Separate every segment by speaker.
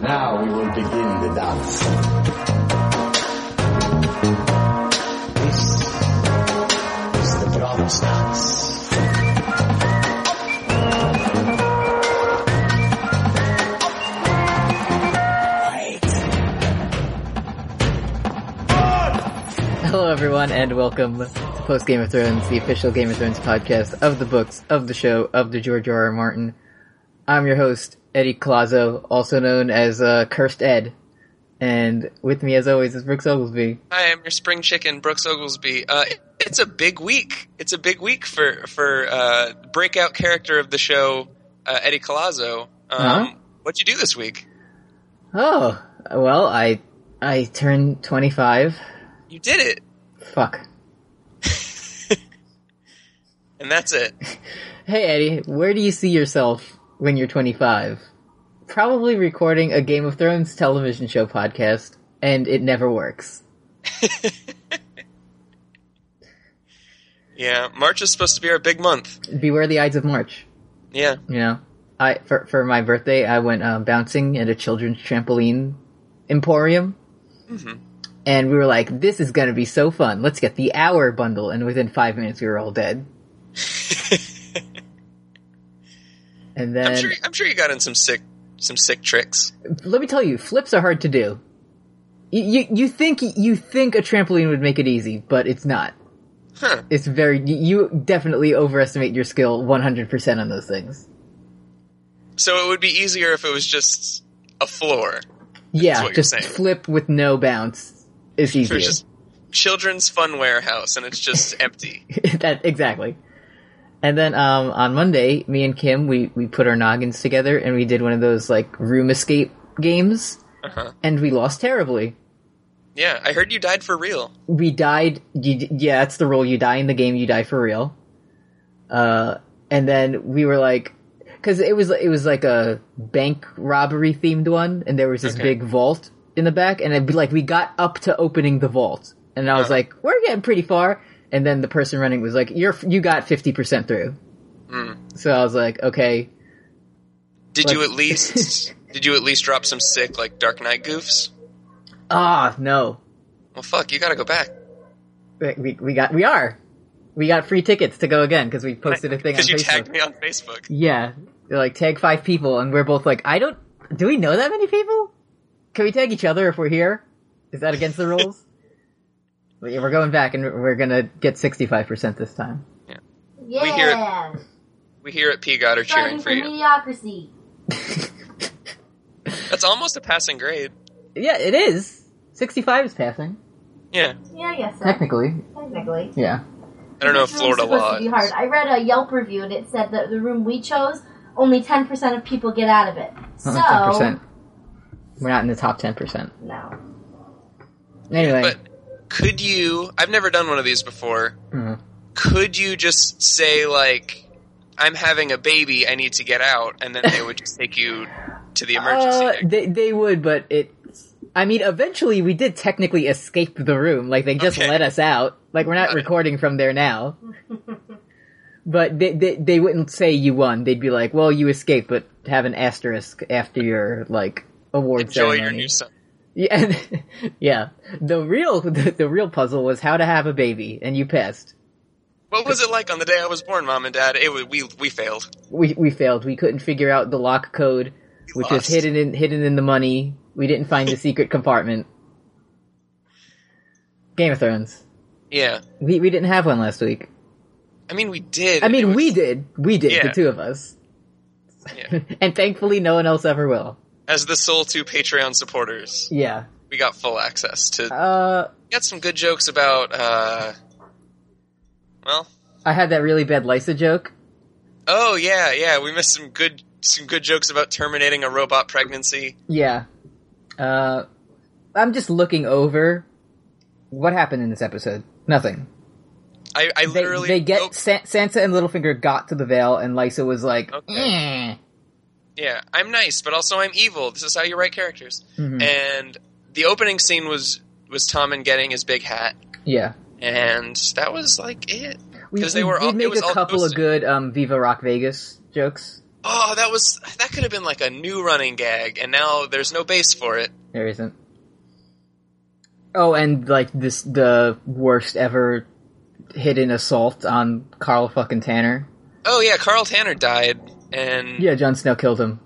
Speaker 1: now we will begin the dance. This is the Bronx Dance.
Speaker 2: Hello, everyone, and welcome to Post Game of Thrones, the official Game of Thrones podcast of the books, of the show, of the George R. R. Martin. I'm your host, Eddie Colazo, also known as uh, Cursed Ed. And with me, as always, is Brooks Oglesby.
Speaker 3: Hi, I'm your spring chicken, Brooks Oglesby. Uh, it- it's a big week. It's a big week for for uh, breakout character of the show, uh, Eddie Colazo. Um,
Speaker 2: Huh?
Speaker 3: What'd you do this week?
Speaker 2: Oh, well, I I turned 25.
Speaker 3: You did it,
Speaker 2: Fuck.
Speaker 3: and that's it.
Speaker 2: Hey, Eddie, where do you see yourself when you're 25? Probably recording a Game of Thrones television show podcast, and it never works.
Speaker 3: Yeah, March is supposed to be our big month.
Speaker 2: Beware the Ides of March.
Speaker 3: Yeah,
Speaker 2: You know, I for for my birthday, I went uh, bouncing at a children's trampoline emporium,
Speaker 3: Mm-hmm.
Speaker 2: and we were like, "This is gonna be so fun! Let's get the hour bundle." And within five minutes, we were all dead. and
Speaker 3: I'm
Speaker 2: then,
Speaker 3: sure. I'm sure you got in some sick some sick tricks.
Speaker 2: let me tell you, flips are hard to do. You, you you think you think a trampoline would make it easy, but it's not.
Speaker 3: Huh?
Speaker 2: It's very you you definitely overestimate your skill one hundred percent on those things.
Speaker 3: So it would be easier if it was just a floor.
Speaker 2: Yeah,
Speaker 3: what you're
Speaker 2: just
Speaker 3: saying.
Speaker 2: flip with no bounce is
Speaker 3: If it
Speaker 2: easier.
Speaker 3: was just children's fun warehouse, and it's just empty.
Speaker 2: that exactly. And then um, on Monday, me and Kim we we put our noggins together and we did one of those like room escape games,
Speaker 3: Uh-huh.
Speaker 2: and we lost terribly.
Speaker 3: Yeah, I heard you died for real.
Speaker 2: We died. You, yeah, that's the rule. You die in the game. You die for real. Uh, and then we were like, because it was it was like a bank robbery themed one, and there was this
Speaker 3: Okay.
Speaker 2: big vault in the back, and it'd be like we got up to opening the vault, and I was
Speaker 3: Uh-huh.
Speaker 2: like, we're getting pretty far, and then the person running was like, you're you got fifty percent through,
Speaker 3: Hmm.
Speaker 2: so I was like, okay,
Speaker 3: Did you
Speaker 2: Like-
Speaker 3: at least did you at least drop some sick like Dark Knight goofs?
Speaker 2: ah no,
Speaker 3: Well, fuck, you gotta go back
Speaker 2: we we- we got we are, we got free tickets to go again because we posted a thing on
Speaker 3: because you
Speaker 2: Facebook.
Speaker 3: tagged me on Facebook.
Speaker 2: Yeah, They're like tag five people, and we're both like, I don't. Do we know that many people? Can we tag each other if we're here? Is that against the rules? But yeah, we're going back, and we're gonna get sixty-five percent this time.
Speaker 4: Yeah.
Speaker 3: hear it. We here at P God are cheering
Speaker 4: Fighting
Speaker 3: for you.
Speaker 4: mediocrity.
Speaker 3: That's almost a passing grade.
Speaker 2: Yeah, it is. Sixty-five is passing
Speaker 3: Yeah,
Speaker 4: Yeah, I guess so.
Speaker 2: technically.
Speaker 4: Technically.
Speaker 2: Yeah.
Speaker 3: I don't know if
Speaker 4: This room's
Speaker 3: Florida
Speaker 4: supposed
Speaker 3: law.
Speaker 4: To be hard. I read a Yelp review and it said that the room we chose, only 10% of people get out of it. So.
Speaker 2: Ten percent. We're not in the top ten percent.
Speaker 4: No.
Speaker 2: Anyway,
Speaker 3: But could you? I've never done one of these before.
Speaker 2: Mhm.
Speaker 3: Could you just say like, "I'm having a baby. I need to get out," and then they would just take you to the emergency?
Speaker 2: uh,
Speaker 3: exit?
Speaker 2: they they would, but it. I mean, eventually we did technically escape the room. Like they just
Speaker 3: Okay.
Speaker 2: let us out. Like we're not
Speaker 3: Got it.
Speaker 2: recording from there now. but they, they they wouldn't say you won. They'd be like, "Well, you escaped, but have an asterisk after your like award
Speaker 3: Enjoy your
Speaker 2: ceremony."
Speaker 3: new son.
Speaker 2: yeah, yeah. The real the, the real puzzle was how to have a baby, and you passed.
Speaker 3: What was it like on the day I was born, Mom and Dad? It was, we we failed.
Speaker 2: we we failed. We couldn't figure out the lock code, which was
Speaker 3: lost.
Speaker 2: hidden in hidden in the money. We didn't find the secret compartment. Game of Thrones.
Speaker 3: Yeah,
Speaker 2: We we didn't have one last week.
Speaker 3: I mean we did.
Speaker 2: I
Speaker 3: and it
Speaker 2: mean,
Speaker 3: was-
Speaker 2: we did. We did
Speaker 3: Yeah.
Speaker 2: the two of us,
Speaker 3: Yeah.
Speaker 2: and thankfully, no one else ever will.
Speaker 3: as the sole two Patreon supporters,
Speaker 2: Yeah.
Speaker 3: we got full access to
Speaker 2: Uh,
Speaker 3: got some good jokes about uh well,
Speaker 2: I had that really bad Lysa joke.
Speaker 3: oh yeah, yeah, we missed some good some good jokes about terminating a robot pregnancy.
Speaker 2: Yeah. Uh, I'm just looking over what happened in this episode. Nothing.
Speaker 3: I,
Speaker 2: They,
Speaker 3: I literally
Speaker 2: they get
Speaker 3: oh,
Speaker 2: Sa- Sansa and Littlefinger got to the Vale, and Lysa was like,
Speaker 3: Okay.
Speaker 2: "Eh."
Speaker 3: yeah, I'm nice, but also I'm evil. This is how you write characters.
Speaker 2: Mhm.
Speaker 3: And the opening scene was was Tommen getting his big hat,
Speaker 2: "Yeah."
Speaker 3: and that was like it.
Speaker 2: We,
Speaker 3: 'Cause they
Speaker 2: we
Speaker 3: were all-
Speaker 2: did
Speaker 3: it
Speaker 2: make
Speaker 3: was
Speaker 2: a
Speaker 3: all
Speaker 2: couple of
Speaker 3: ghosted.
Speaker 2: good um, Viva Rock Vegas jokes.
Speaker 3: oh, that was that could have been like a new running gag, and now there's no base for it.
Speaker 2: There isn't. Oh, and like this, the worst ever hidden assault on Carl fucking Tanner.
Speaker 3: Oh yeah, Carl Tanner died, and
Speaker 2: Yeah, Jon Snow killed him.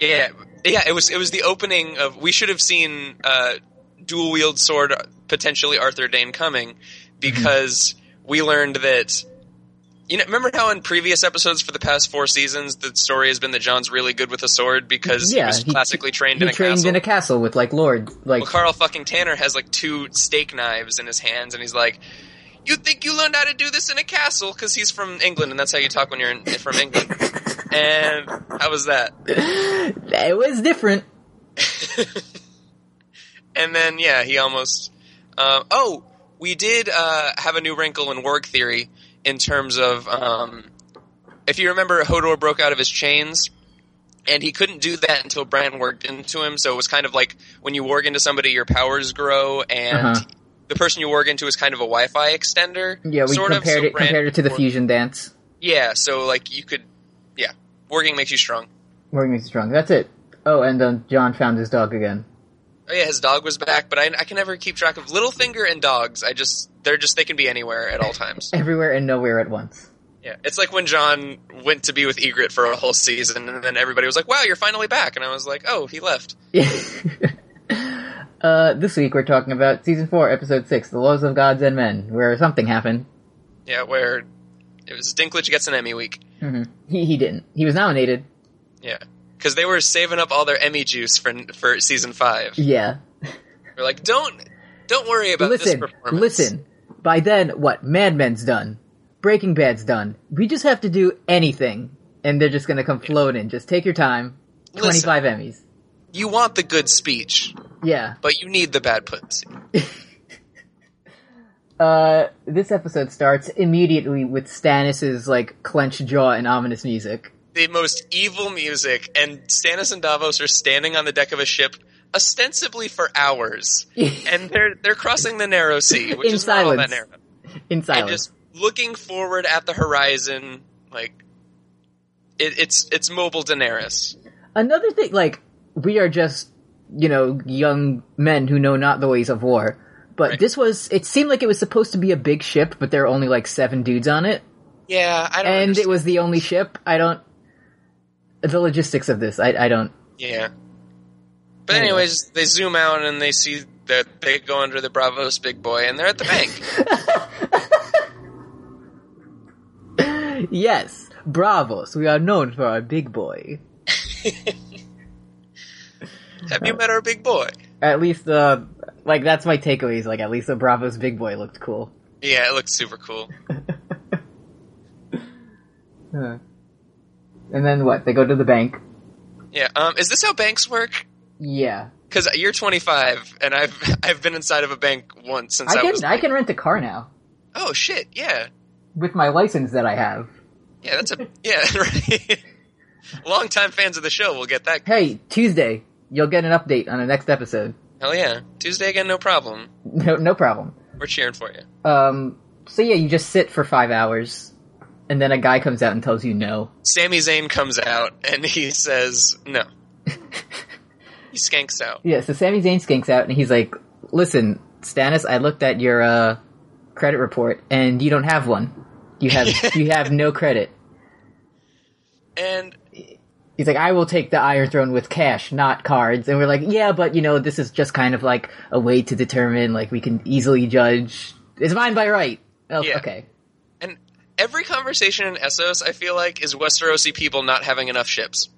Speaker 3: Yeah, yeah. It was it was the opening of. We should have seen uh, dual wield sword potentially Arthur Dane coming
Speaker 2: Mm-hmm.
Speaker 3: because we learned that. You know, remember how in previous episodes for the past four seasons, the story has been that John's really good with a sword because he
Speaker 2: Yeah,
Speaker 3: was
Speaker 2: he-
Speaker 3: classically trained
Speaker 2: He
Speaker 3: in a
Speaker 2: trained
Speaker 3: castle.
Speaker 2: in a castle with like Lord, like
Speaker 3: well, Carl fucking Tanner has like two steak knives in his hands, and he's like, "You think you learned how to do this in a castle?" Because he's from England, and that's how you talk when you're in, from England. and how was that?
Speaker 2: it was different.
Speaker 3: and then yeah, he almost. Uh, oh, we did uh, have a new wrinkle in work theory in terms of um, if you remember, Hodor broke out of his chains. And he couldn't do that until Bran worked into him. So it was kind of like when you work into somebody, your powers grow, and
Speaker 2: Uh-huh.
Speaker 3: the person you work into is kind of a Wi-Fi extender.
Speaker 2: Yeah, we
Speaker 3: sort of.
Speaker 2: compared
Speaker 3: So
Speaker 2: it
Speaker 3: Bran
Speaker 2: compared it to the
Speaker 3: worked-
Speaker 2: fusion dance.
Speaker 3: Yeah, so like you could, yeah, working makes you strong.
Speaker 2: Morgan makes it strong. That's it. Oh, and um, John found his dog again.
Speaker 3: Oh yeah, his dog was back, but I, I can never keep track of Littlefinger and dogs. I just they're just they can be anywhere at all times.
Speaker 2: Everywhere and nowhere at once.
Speaker 3: Yeah, it's like when John went to be with Egret for a whole season, and then everybody was like, "Wow, you're finally back," and I was like, "Oh, he left."
Speaker 2: uh, this week we're talking about season four, episode six, "The Laws of Gods and Men," where something happened.
Speaker 3: Yeah, where it was Dinklage gets an Emmy week.
Speaker 2: hmm He he didn't. He was nominated.
Speaker 3: Yeah, because they were saving up all their Emmy juice for for season five.
Speaker 2: Yeah.
Speaker 3: We're like, don't don't worry about this
Speaker 2: listen,
Speaker 3: performance.
Speaker 2: listen. By then, what Mad Men's done, Breaking Bad's done. We just have to do anything, and they're just gonna come floating. Just take your time.
Speaker 3: Listen.
Speaker 2: Twenty-five Emmys.
Speaker 3: You want the good speech,
Speaker 2: Yeah.
Speaker 3: but you need the bad pussy.
Speaker 2: Uh, this episode starts immediately with Stannis's like clenched jaw and ominous music.
Speaker 3: the most evil music, and Stannis and Davos are standing on the deck of a ship, ostensibly for hours, and they're they're crossing the narrow sea, which
Speaker 2: In
Speaker 3: is not all that
Speaker 2: silence.
Speaker 3: narrow,
Speaker 2: In
Speaker 3: and
Speaker 2: silence.
Speaker 3: just looking forward at the horizon, like it, it's it's mobile Daenerys.
Speaker 2: Another thing, like we are just you know young men who know not the ways of war, but
Speaker 3: Right.
Speaker 2: this was. It seemed like it was supposed to be a big ship, but there are only like seven dudes on it,
Speaker 3: Yeah, I don't.
Speaker 2: and
Speaker 3: understand.
Speaker 2: it was the only ship. I don't. The logistics of this, I, I don't.
Speaker 3: yeah. But
Speaker 2: Anyway.
Speaker 3: anyways, they zoom out and they see that they go under the Bravos big boy, and they're at the bank.
Speaker 2: Yes, bravos. We are known for our big boy.
Speaker 3: Have you met our big boy?
Speaker 2: At least, uh, like that's my takeaways. Like at least the bravos big boy looked cool.
Speaker 3: Yeah, it looks super cool.
Speaker 2: Huh. And then what? They go to the bank.
Speaker 3: Yeah. Um, is this how banks work?
Speaker 2: Yeah,
Speaker 3: Because you're 25, and I've I've been inside of a bank once since I,
Speaker 2: I
Speaker 3: was.
Speaker 2: can I can rent a car now
Speaker 3: Oh shit! Yeah,
Speaker 2: with my license that I have.
Speaker 3: yeah. That's a yeah. Right. Longtime fans of the show will get that.
Speaker 2: Hey, Tuesday, you'll get an update on the next episode.
Speaker 3: Hell yeah! Tuesday again, no problem.
Speaker 2: No, no problem.
Speaker 3: We're cheering for you.
Speaker 2: Um, so yeah, you just sit for five hours, and then a guy comes out and tells you no.
Speaker 3: Sami Zayn comes out and he says no. he skanks out.
Speaker 2: Yeah, so Sami Zayn skinks out, and he's like, "Listen, Stannis, I looked at your uh, credit report, and you don't have one. You have you have no credit."
Speaker 3: And
Speaker 2: He's like, I will take the Iron Throne with cash, not cards. And we're like, yeah, but you know, this is just kind of like a way to determine, like, we can easily judge. Is mine by right? Oh,
Speaker 3: Yeah.
Speaker 2: Okay.
Speaker 3: and every conversation in Essos, I feel like, is Westerosi people not having enough ships.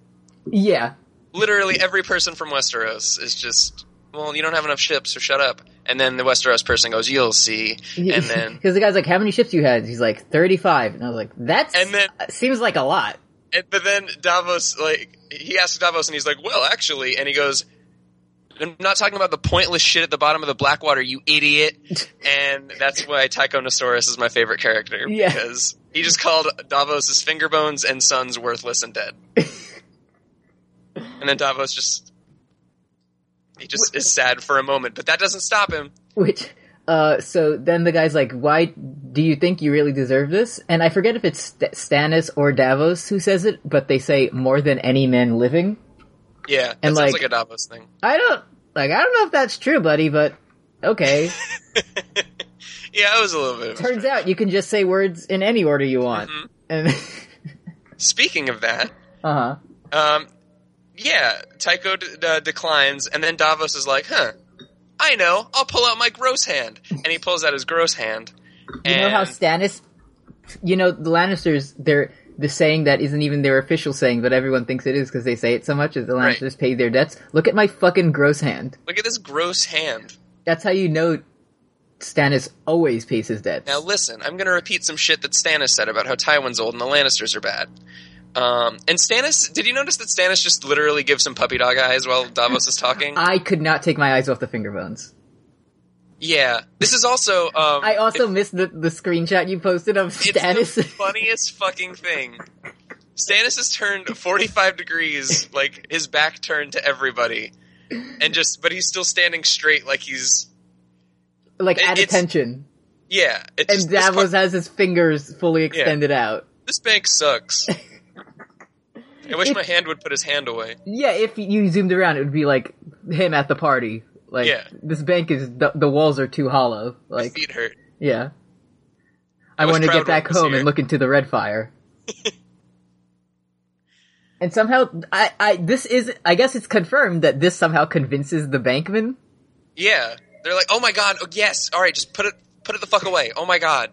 Speaker 2: Yeah.
Speaker 3: literally every person from Westeros is just, well, you don't have enough ships, so shut up. And then the Westeros person goes, you'll see. And then,
Speaker 2: Because the guy's like, how many ships you had? He's like, 35. And I was like, that's, uh,
Speaker 3: And then-
Speaker 2: seems like a lot.
Speaker 3: and, but then Davos, like, he asks Davos, and he's like, well, actually, and he goes, I'm not talking about the pointless shit at the bottom of the Blackwater, you idiot. and that's why Tychonosaurus is my favorite character
Speaker 2: Yeah.
Speaker 3: because he just called Davos's finger bones and sons worthless and dead. and then Davos just he just is sad for a moment, but that doesn't stop him.
Speaker 2: Which, Uh, so then the guy's like, "Why do you think you really deserve this?" And I forget if it's St- Stannis or Davos who says it, but they say more than any man living.
Speaker 3: Yeah, that
Speaker 2: And,
Speaker 3: sounds
Speaker 2: like-
Speaker 3: like a Davos thing.
Speaker 2: I don't like. I don't know if that's true, buddy, but okay.
Speaker 3: Yeah, it was a little bit. Of a
Speaker 2: Turns out you can just say words in any order you want.
Speaker 3: Mhm.
Speaker 2: And
Speaker 3: Speaking of that,
Speaker 2: uh huh.
Speaker 3: um, yeah, Tycho d- d- declines, and then Davos is like, "Huh, I know. I'll pull out my gross hand," and he pulls out his gross hand.
Speaker 2: You know
Speaker 3: and-
Speaker 2: how Stannis, you know the Lannisters, they're the saying that isn't even their official saying, but everyone thinks it is because they say it so much. Is the
Speaker 3: Right.
Speaker 2: Lannisters pay their debts? Look at my fucking gross hand.
Speaker 3: Look at this gross hand.
Speaker 2: That's how you know Stannis always pays his debts.
Speaker 3: Now listen, I'm going to repeat some shit that Stannis said about how Tywin's old and the Lannisters are bad. Um, and Stannis, did you notice that Stannis just literally gives some puppy dog eyes while Davos is talking?
Speaker 2: I could not take my eyes off the finger bones.
Speaker 3: yeah, this is also. Um,
Speaker 2: I also missed the, the screenshot you posted of
Speaker 3: it's the
Speaker 2: Stannis.
Speaker 3: funniest fucking thing. Stannis has turned 45 degrees, like his back turned to everybody, and just, but he's still standing straight, like he's.
Speaker 2: like
Speaker 3: it-
Speaker 2: at
Speaker 3: it's-
Speaker 2: attention,
Speaker 3: Yeah, it's
Speaker 2: and
Speaker 3: just- this
Speaker 2: Davos
Speaker 3: fuck-
Speaker 2: has his fingers fully extended out.
Speaker 3: this bank sucks. I wish my hand would put his hand away.
Speaker 2: Yeah, if you zoomed around, it would be like him at the party. Like
Speaker 3: Yeah.
Speaker 2: this bank is the, the walls are too hollow.
Speaker 3: My
Speaker 2: Like
Speaker 3: feet hurt.
Speaker 2: yeah, I,
Speaker 3: I was
Speaker 2: want to
Speaker 3: proud
Speaker 2: get
Speaker 3: when
Speaker 2: back
Speaker 3: I was
Speaker 2: home
Speaker 3: here.
Speaker 2: and look into the red fire. and somehow, I, I this is I guess it's confirmed that this somehow convinces the bankman.
Speaker 3: Yeah, they're like, oh my god, oh yes, all right, just put it, put it the fuck away. Oh my god,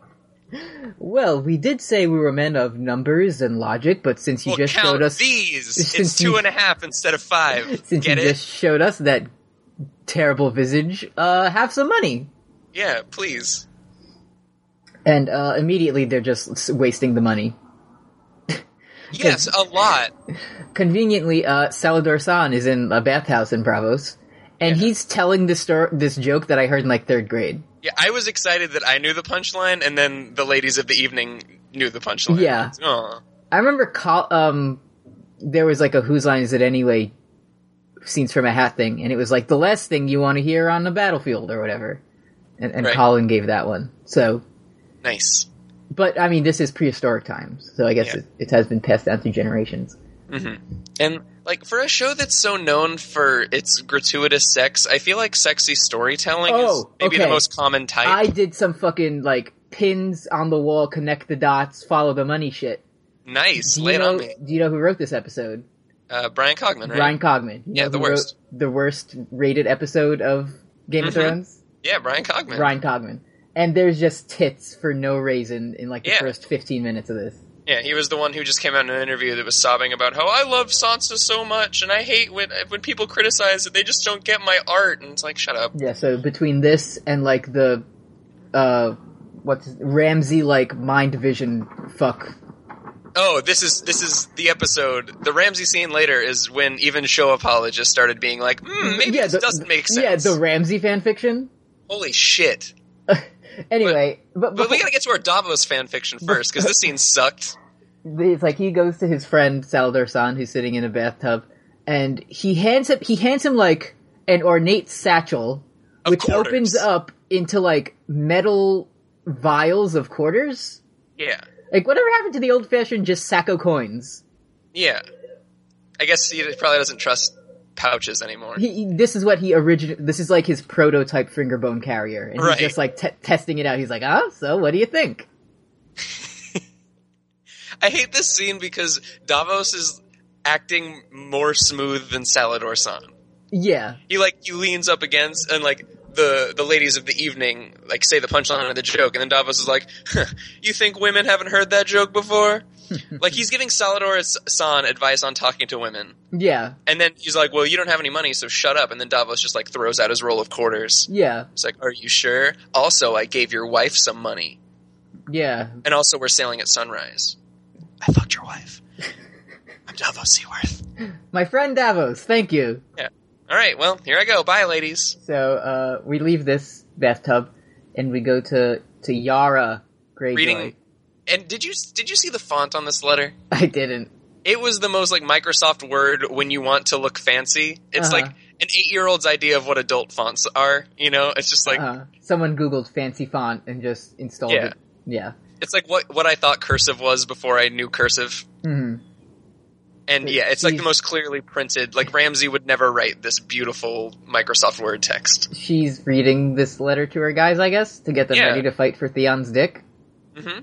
Speaker 2: Well, we did say we were men of numbers and logic, but since you
Speaker 3: well
Speaker 2: just
Speaker 3: count
Speaker 2: showed us
Speaker 3: these. It's
Speaker 2: since
Speaker 3: two
Speaker 2: you-
Speaker 3: and a half instead of five.
Speaker 2: since
Speaker 3: Get
Speaker 2: you
Speaker 3: it?
Speaker 2: just showed us that terrible visage, uh, have some money.
Speaker 3: Yeah, please.
Speaker 2: And uh, immediately they're just s- wasting the money.
Speaker 3: Yes, a lot.
Speaker 2: Conveniently, uh, Salador San is in a bathhouse in Bravos, and he's telling this stor- this joke that I heard in like third grade.
Speaker 3: Yeah, I was excited that I knew the punchline, and then the ladies of the evening knew the punchline.
Speaker 2: Yeah.
Speaker 3: Aw.
Speaker 2: I remember col- um, there was like a Whose Line Is It Anyway scenes from a hat thing, and it was like the last thing you want to hear on the battlefield or whatever. And, and
Speaker 3: Right.
Speaker 2: Colin gave that one. So,
Speaker 3: nice.
Speaker 2: but I mean, this is prehistoric times, so I guess
Speaker 3: Yeah.
Speaker 2: it, it has been passed down through generations.
Speaker 3: And like for a show that's so known for its gratuitous sex, I feel like sexy storytelling is
Speaker 2: Oh,
Speaker 3: maybe
Speaker 2: okay.
Speaker 3: the most common type.
Speaker 2: I did some fucking like pins on the wall, connect the dots, follow the money shit.
Speaker 3: nice,
Speaker 2: Do
Speaker 3: lay
Speaker 2: you,
Speaker 3: it
Speaker 2: know,
Speaker 3: on me,
Speaker 2: do you know who wrote this episode?
Speaker 3: uh, Brian Cogman, right?
Speaker 2: Brian Cogman. You
Speaker 3: Yeah,
Speaker 2: know
Speaker 3: the
Speaker 2: who wrote
Speaker 3: worst.
Speaker 2: the worst rated episode of Game of
Speaker 3: Mhm.
Speaker 2: Thrones.
Speaker 3: yeah, Brian Cogman.
Speaker 2: Brian Cogman. And there's just tits for no reason in like the
Speaker 3: Yeah.
Speaker 2: first 15 minutes of this.
Speaker 3: Yeah, he was the one who just came out in an interview that was sobbing about how I love Sansa so much, and I hate when when people criticize it. They just don't get my art, and it's like, shut up.
Speaker 2: Yeah, so between this and like the uh what's Ramsey like mind vision fuck.
Speaker 3: Oh, this is this is the episode. The Ramsey scene later is when even show apologists started being like, mm, maybe
Speaker 2: yeah,
Speaker 3: this
Speaker 2: the-
Speaker 3: doesn't make
Speaker 2: Yeah,
Speaker 3: sense.
Speaker 2: the Ramsey fanfiction.
Speaker 3: Holy shit!
Speaker 2: Anyway, but,
Speaker 3: But we gotta get to our Davos fanfiction first because this scene sucked.
Speaker 2: it's like he goes to his friend Saldar San, who's sitting in a bathtub, and he hands him he hands him like an ornate satchel,
Speaker 3: Of
Speaker 2: which
Speaker 3: quarters.
Speaker 2: opens up into like metal vials of quarters.
Speaker 3: Yeah,
Speaker 2: Like whatever happened to the old fashioned just sacco coins?
Speaker 3: yeah. I guess he probably doesn't trust pouches anymore.
Speaker 2: He, he- this is what he origin. This is like his prototype finger bone carrier, and
Speaker 3: Right.
Speaker 2: he's just like te- testing it out. He's like, "Ah, so what do you think?"
Speaker 3: I hate this scene because Davos is acting more smooth than Salador San.
Speaker 2: Yeah,
Speaker 3: He like he leans up against and like the the ladies of the evening like say the punchline of the joke, and then Davos is like, "Huh, "You think women haven't heard that joke before?" like he's giving Salador San advice on talking to women,
Speaker 2: yeah,
Speaker 3: and then he's like, "Well, you don't have any money, so shut up." And then Davos just like throws out his roll of quarters.
Speaker 2: yeah,
Speaker 3: It's like, "Are you sure?" Also, I gave your wife some money,
Speaker 2: yeah.
Speaker 3: and also we're sailing at sunrise. I fucked your wife. I'm Davos Seaworth.
Speaker 2: My friend Davos, thank you.
Speaker 3: All right, well, here I go. Bye, ladies.
Speaker 2: So uh, we leave this bathtub, and we go to to Yara Greyjoy.
Speaker 3: Reading. And did you did you see the font on this letter?
Speaker 2: I didn't.
Speaker 3: it was the most like Microsoft Word when you want to look fancy. It's
Speaker 2: Uh-huh.
Speaker 3: like an eight year old's idea of what adult fonts are. You know, it's just like
Speaker 2: uh, someone Googled fancy font and just installed
Speaker 3: Yeah.
Speaker 2: it. Yeah.
Speaker 3: it's like what what I thought cursive was before I knew cursive.
Speaker 2: hmm
Speaker 3: And
Speaker 2: But
Speaker 3: yeah, it's like the
Speaker 2: she's-
Speaker 3: most clearly printed. Like Ramsey would never write this beautiful Microsoft Word text.
Speaker 2: She's reading this letter to her guys, I guess, to get them
Speaker 3: Yeah.
Speaker 2: ready to fight for Theon's dick.
Speaker 3: hmm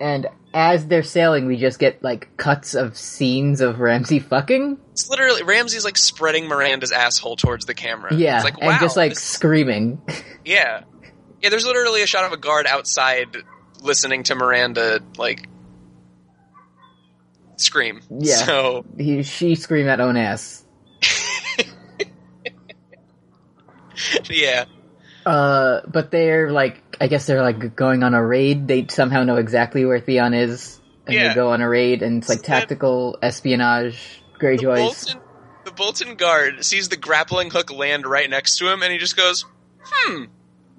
Speaker 2: And as they're sailing, we just get like cuts of scenes of Ramsey fucking.
Speaker 3: It's literally Ramsey's like spreading Miranda's asshole towards the camera.
Speaker 2: Yeah,
Speaker 3: it's like wow,
Speaker 2: and just like
Speaker 3: this-
Speaker 2: screaming.
Speaker 3: yeah, yeah. There's literally a shot of a guard outside listening to Miranda like scream.
Speaker 2: Yeah.
Speaker 3: So
Speaker 2: He, she scream at own ass.
Speaker 3: yeah,
Speaker 2: Uh, but they're like, I guess they're like going on a raid. They somehow know exactly where Theon is, and
Speaker 3: Yeah.
Speaker 2: they go on a raid, and it's like
Speaker 3: Instead-
Speaker 2: tactical espionage.
Speaker 3: the
Speaker 2: Greyjoys.
Speaker 3: Bolton, the Bolton guard sees the grappling hook land right next to him, and he just goes, "Hmm,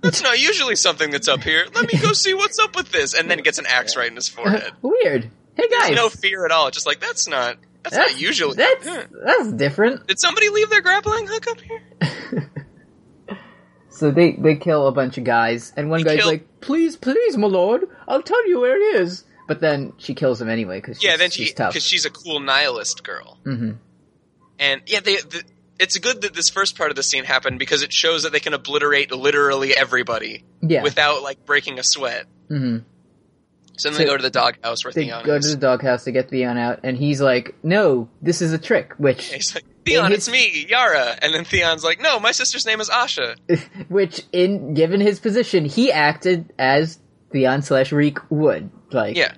Speaker 3: that's not usually something that's up here. Let me go see what's up with this." And then gets an axe right in his forehead.
Speaker 2: Weird. Hey
Speaker 3: There's
Speaker 2: guys,
Speaker 3: no fear at all. Just like that's not that's,
Speaker 2: That's-
Speaker 3: not usually.
Speaker 2: that's
Speaker 3: Huh.
Speaker 2: that's different.
Speaker 3: Did somebody leave their grappling hook up here?
Speaker 2: So they they kill a bunch of guys, and one
Speaker 3: They
Speaker 2: guy's
Speaker 3: kill-
Speaker 2: like, "Please, please, my lord, I'll tell you where he is." But then she kills him anyway because
Speaker 3: Yeah, then she
Speaker 2: she's tough.
Speaker 3: because she's a cool nihilist girl,
Speaker 2: hmm
Speaker 3: and yeah, they. The, it's good that this first part of the scene happened because it shows that they can obliterate literally everybody
Speaker 2: Yeah,
Speaker 3: without like breaking a sweat.
Speaker 2: hmm
Speaker 3: So then
Speaker 2: So
Speaker 3: they go to the doghouse where
Speaker 2: they
Speaker 3: Theon
Speaker 2: go
Speaker 3: is.
Speaker 2: to the doghouse to get Theon out, and he's like, "No, this is a trick,"
Speaker 3: And
Speaker 2: which
Speaker 3: He's like, Theon,
Speaker 2: In
Speaker 3: it's me, Yara. And then Theon's like, no, my sister's name is Asha.
Speaker 2: which in given his position, he acted as Theon slash Reek would like.
Speaker 3: Yeah.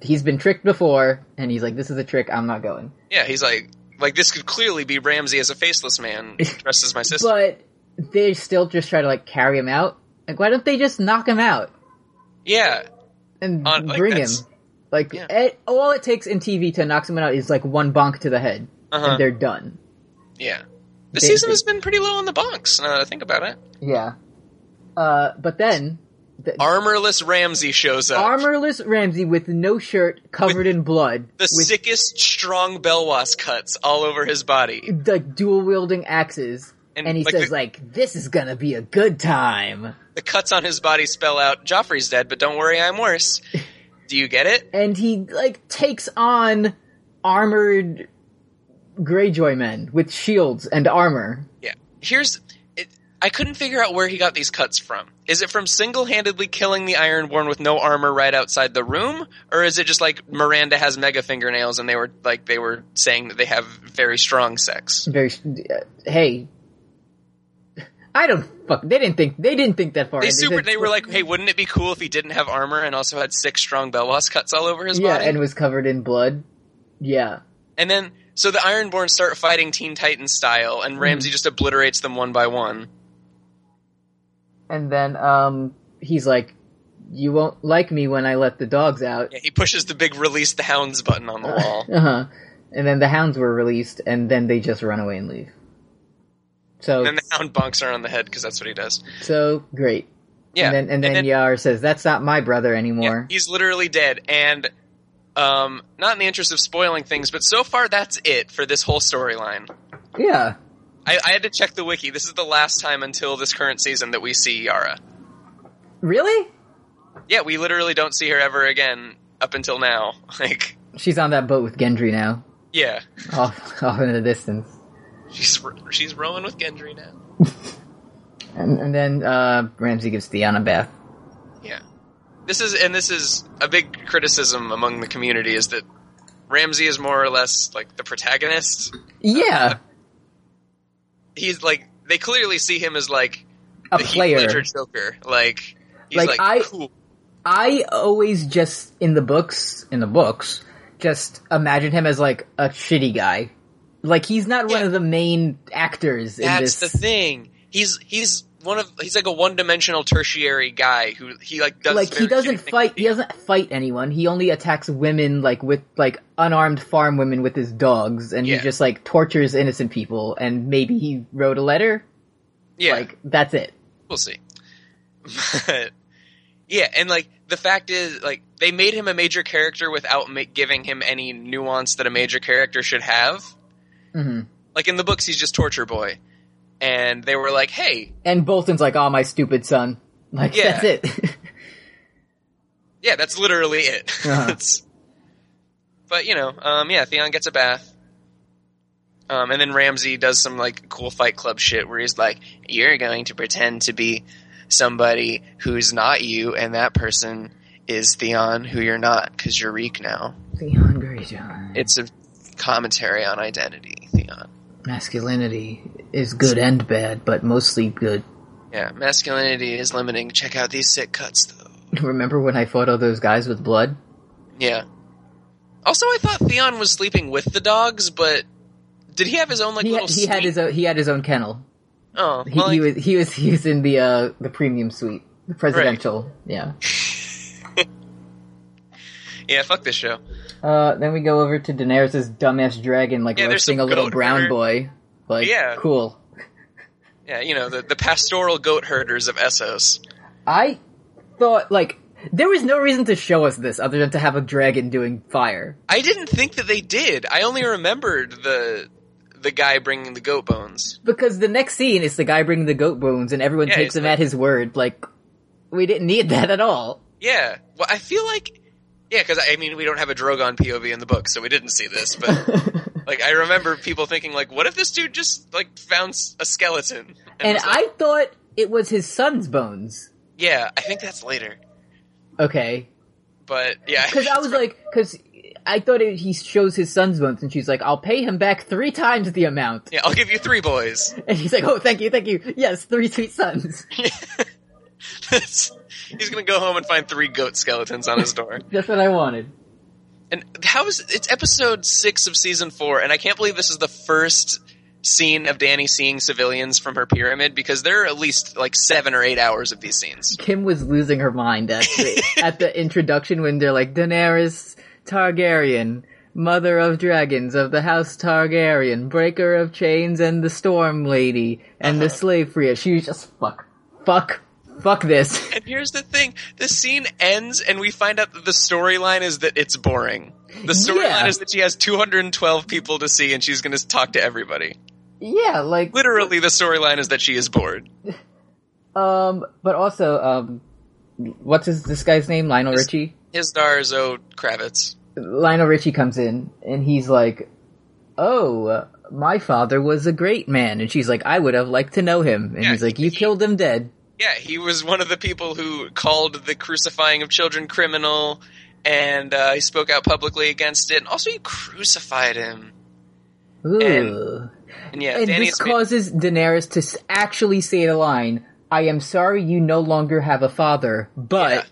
Speaker 2: he's been tricked before, and he's like, "This is a trick. I'm not going."
Speaker 3: Yeah, he's like, like this could clearly be Ramsey as a faceless man dressed as my sister.
Speaker 2: But they still just try to like carry him out. Like, why don't they just knock him out?
Speaker 3: yeah,
Speaker 2: and
Speaker 3: On- like,
Speaker 2: bring him.
Speaker 3: that's-
Speaker 2: Like
Speaker 3: Yeah.
Speaker 2: eh, all it takes in TV to knock someone out is like one bonk to the head,
Speaker 3: uh-huh,
Speaker 2: and they're done.
Speaker 3: yeah. This
Speaker 2: they-
Speaker 3: season
Speaker 2: they-
Speaker 3: has been pretty low on the bunks, now that I think about it.
Speaker 2: Yeah. Uh, but then the
Speaker 3: Armorless Ramsey shows up.
Speaker 2: armorless Ramsey with no shirt, covered in blood,
Speaker 3: the
Speaker 2: with
Speaker 3: sickest, strong Belwas cuts all over his body.
Speaker 2: like dual wielding axes,
Speaker 3: And,
Speaker 2: and, he
Speaker 3: like,
Speaker 2: says
Speaker 3: the-
Speaker 2: like, "This is gonna be a good time."
Speaker 3: The cuts on his body spell out, Joffrey's dead, but don't worry, I'm worse. Do you get it?
Speaker 2: And he like takes on armored Greyjoy men with shields and armor.
Speaker 3: Yeah. Here's it, I couldn't figure out where he got these cuts from. Is it from single-handedly killing the Ironborn with no armor right outside the room, or is it just like Miranda has mega fingernails and they were like they were saying that they have very strong sex?
Speaker 2: very uh, hey i don't fuck they didn't think they didn't think that far
Speaker 3: They
Speaker 2: ahead.
Speaker 3: super.
Speaker 2: said-
Speaker 3: They were like, "Hey, wouldn't it be cool if he didn't have armor and also had six strong Belwas cuts all over his
Speaker 2: yeah
Speaker 3: body?"
Speaker 2: and was covered in blood yeah
Speaker 3: and then, so the Ironborn start fighting Teen Titans style,
Speaker 2: Mm-hmm.
Speaker 3: and Ramsey just obliterates them one by one.
Speaker 2: and then um he's like you won't like me when i let the dogs out
Speaker 3: Yeah, he pushes the big "release the hounds" button on the wall.
Speaker 2: uh-huh and then the hounds were released and then they just run away and leave so
Speaker 3: And then the hound bonks her on the head because that's what he does.
Speaker 2: so great
Speaker 3: Yeah,
Speaker 2: and then and then yar says that's not my brother
Speaker 3: Yeah,
Speaker 2: anymore
Speaker 3: he's literally dead. And um, not in the interest of spoiling things, but so far that's it for this whole storyline.
Speaker 2: yeah
Speaker 3: I, I had to check the wiki. This is the last time until this current season that we see Yara.
Speaker 2: really
Speaker 3: Yeah, we literally don't see her ever again up until now. Like,
Speaker 2: she's on that boat with gendry now
Speaker 3: yeah,
Speaker 2: off off in the distance
Speaker 3: she's she's rowing with Gendry now.
Speaker 2: And, and then uh, Ramsey gives Theon a bath.
Speaker 3: Yeah, this is and this is a big criticism among the community is that Ramsey is more or less like the protagonist.
Speaker 2: Yeah,
Speaker 3: He's like they clearly see him as like
Speaker 2: a
Speaker 3: the Heath
Speaker 2: player.
Speaker 3: Ledger Joker. Like he's
Speaker 2: Like,
Speaker 3: like,
Speaker 2: I-
Speaker 3: cool.
Speaker 2: I always just in the books, in the books, just imagine him as like a shitty guy. Like he's not one
Speaker 3: Yeah.
Speaker 2: of the main actors in
Speaker 3: That's
Speaker 2: this.
Speaker 3: the thing. He's he's one of he's like a one dimensional tertiary guy who he like does
Speaker 2: like he
Speaker 3: very
Speaker 2: doesn't
Speaker 3: shitty things.
Speaker 2: fight. He doesn't fight anyone. He only attacks women, like with like unarmed farm women with his dogs, and
Speaker 3: Yeah.
Speaker 2: he just like tortures innocent people. And maybe he wrote a letter.
Speaker 3: Yeah,
Speaker 2: Like that's it.
Speaker 3: we'll see. But yeah, and like the fact is, like they made him a major character without ma- giving him any nuance that a major character should have.
Speaker 2: hmm
Speaker 3: Like in the books, he's just torture boy. and they were like, "Hey,
Speaker 2: And Bolton's like, "Oh, my stupid son." Like
Speaker 3: Yeah.
Speaker 2: that's it.
Speaker 3: yeah, that's literally it."
Speaker 2: Uh-huh.
Speaker 3: It's- but you know, um, yeah, Theon gets a bath, um, and then Ramsey does some like cool Fight Club shit where he's like, "You're going to pretend to be somebody who's not you, and that person is Theon, who you're not, because you're Reek now."
Speaker 2: the Hungry John.
Speaker 3: It's a commentary on identity, Theon.
Speaker 2: Masculinity is good and bad, but mostly good.
Speaker 3: Yeah, masculinity is limiting. Check out these sick cuts, though.
Speaker 2: Remember when I fought all those guys with blood?
Speaker 3: Yeah. Also, I thought Theon was sleeping with the dogs, but did he have his own like
Speaker 2: he,
Speaker 3: little?
Speaker 2: he had
Speaker 3: suite?
Speaker 2: his own, he had his own kennel.
Speaker 3: Oh,
Speaker 2: He,
Speaker 3: well,
Speaker 2: he
Speaker 3: like-
Speaker 2: was he was he was in the uh the premium suite, the presidential. Yeah.
Speaker 3: yeah. Fuck this show.
Speaker 2: Uh, then we go over to Daenerys' dumbass dragon, like
Speaker 3: Yeah, there's
Speaker 2: roasting a
Speaker 3: some
Speaker 2: little
Speaker 3: goat
Speaker 2: brown
Speaker 3: herder.
Speaker 2: boy. Like,
Speaker 3: Yeah.
Speaker 2: cool.
Speaker 3: Yeah, you know the the pastoral goat herders of Essos.
Speaker 2: I thought like there was no reason to show us this other than to have a dragon doing fire.
Speaker 3: I didn't think that they did. I only remembered the the guy bringing the goat bones.
Speaker 2: Because the next scene is the guy bringing the goat bones, and everyone
Speaker 3: Yeah,
Speaker 2: takes
Speaker 3: it's
Speaker 2: him
Speaker 3: like-
Speaker 2: at his word. Like, we didn't need that at all.
Speaker 3: Yeah. Well, I feel like yeah, because I mean we don't have a Drogon POV in the book, so we didn't see this. But like I remember people thinking like, what if this dude just like found s- a skeleton?
Speaker 2: and
Speaker 3: was like,
Speaker 2: I thought it was his son's bones.
Speaker 3: Yeah, I think that's later.
Speaker 2: Okay,
Speaker 3: But yeah,
Speaker 2: because I was like, because I thought it, he shows his son's bones, and she's like, "I'll pay him back three times the amount,"
Speaker 3: yeah, I'll give you three boys.
Speaker 2: and he's like, "Oh, thank you, thank you, yes, three sweet sons."
Speaker 3: He's gonna go home and find three goat skeletons on his door.
Speaker 2: That's what I wanted.
Speaker 3: And how is it's episode six of season four, and I can't believe this is the first scene of Danny seeing civilians from her pyramid because there are at least like seven or eight hours of these scenes.
Speaker 2: Kim was losing her mind at the, at the introduction when they're like Daenerys Targaryen, mother of dragons of the house Targaryen, breaker of chains and the storm lady and the slave freer. She was just fuck, fuck, fuck this.
Speaker 3: And here's the thing: the scene ends, and we find out that the storyline is that it's boring. The storyline
Speaker 2: Yeah.
Speaker 3: is that she has 212 people to see, and she's going to talk to everybody.
Speaker 2: yeah, like
Speaker 3: Literally, the storyline is that she is bored.
Speaker 2: um, but also um, what's his this guy's name? Lionel
Speaker 3: Is-
Speaker 2: Richie.
Speaker 3: His star is O. Kravitz.
Speaker 2: Lionel Richie comes in and he's like, "Oh, uh, my father was a great man," and she's like, "I would have liked to know him," and
Speaker 3: Yeah,
Speaker 2: he's like, "You killed him dead."
Speaker 3: Yeah, he was one of the people who called the crucifying of children criminal, and uh, he spoke out publicly against it. And also, you crucified him.
Speaker 2: Ooh.
Speaker 3: And- And yeah,
Speaker 2: and
Speaker 3: Danny
Speaker 2: this
Speaker 3: has made-
Speaker 2: causes Daenerys to s- actually say the line, I am sorry you no longer have a father, but,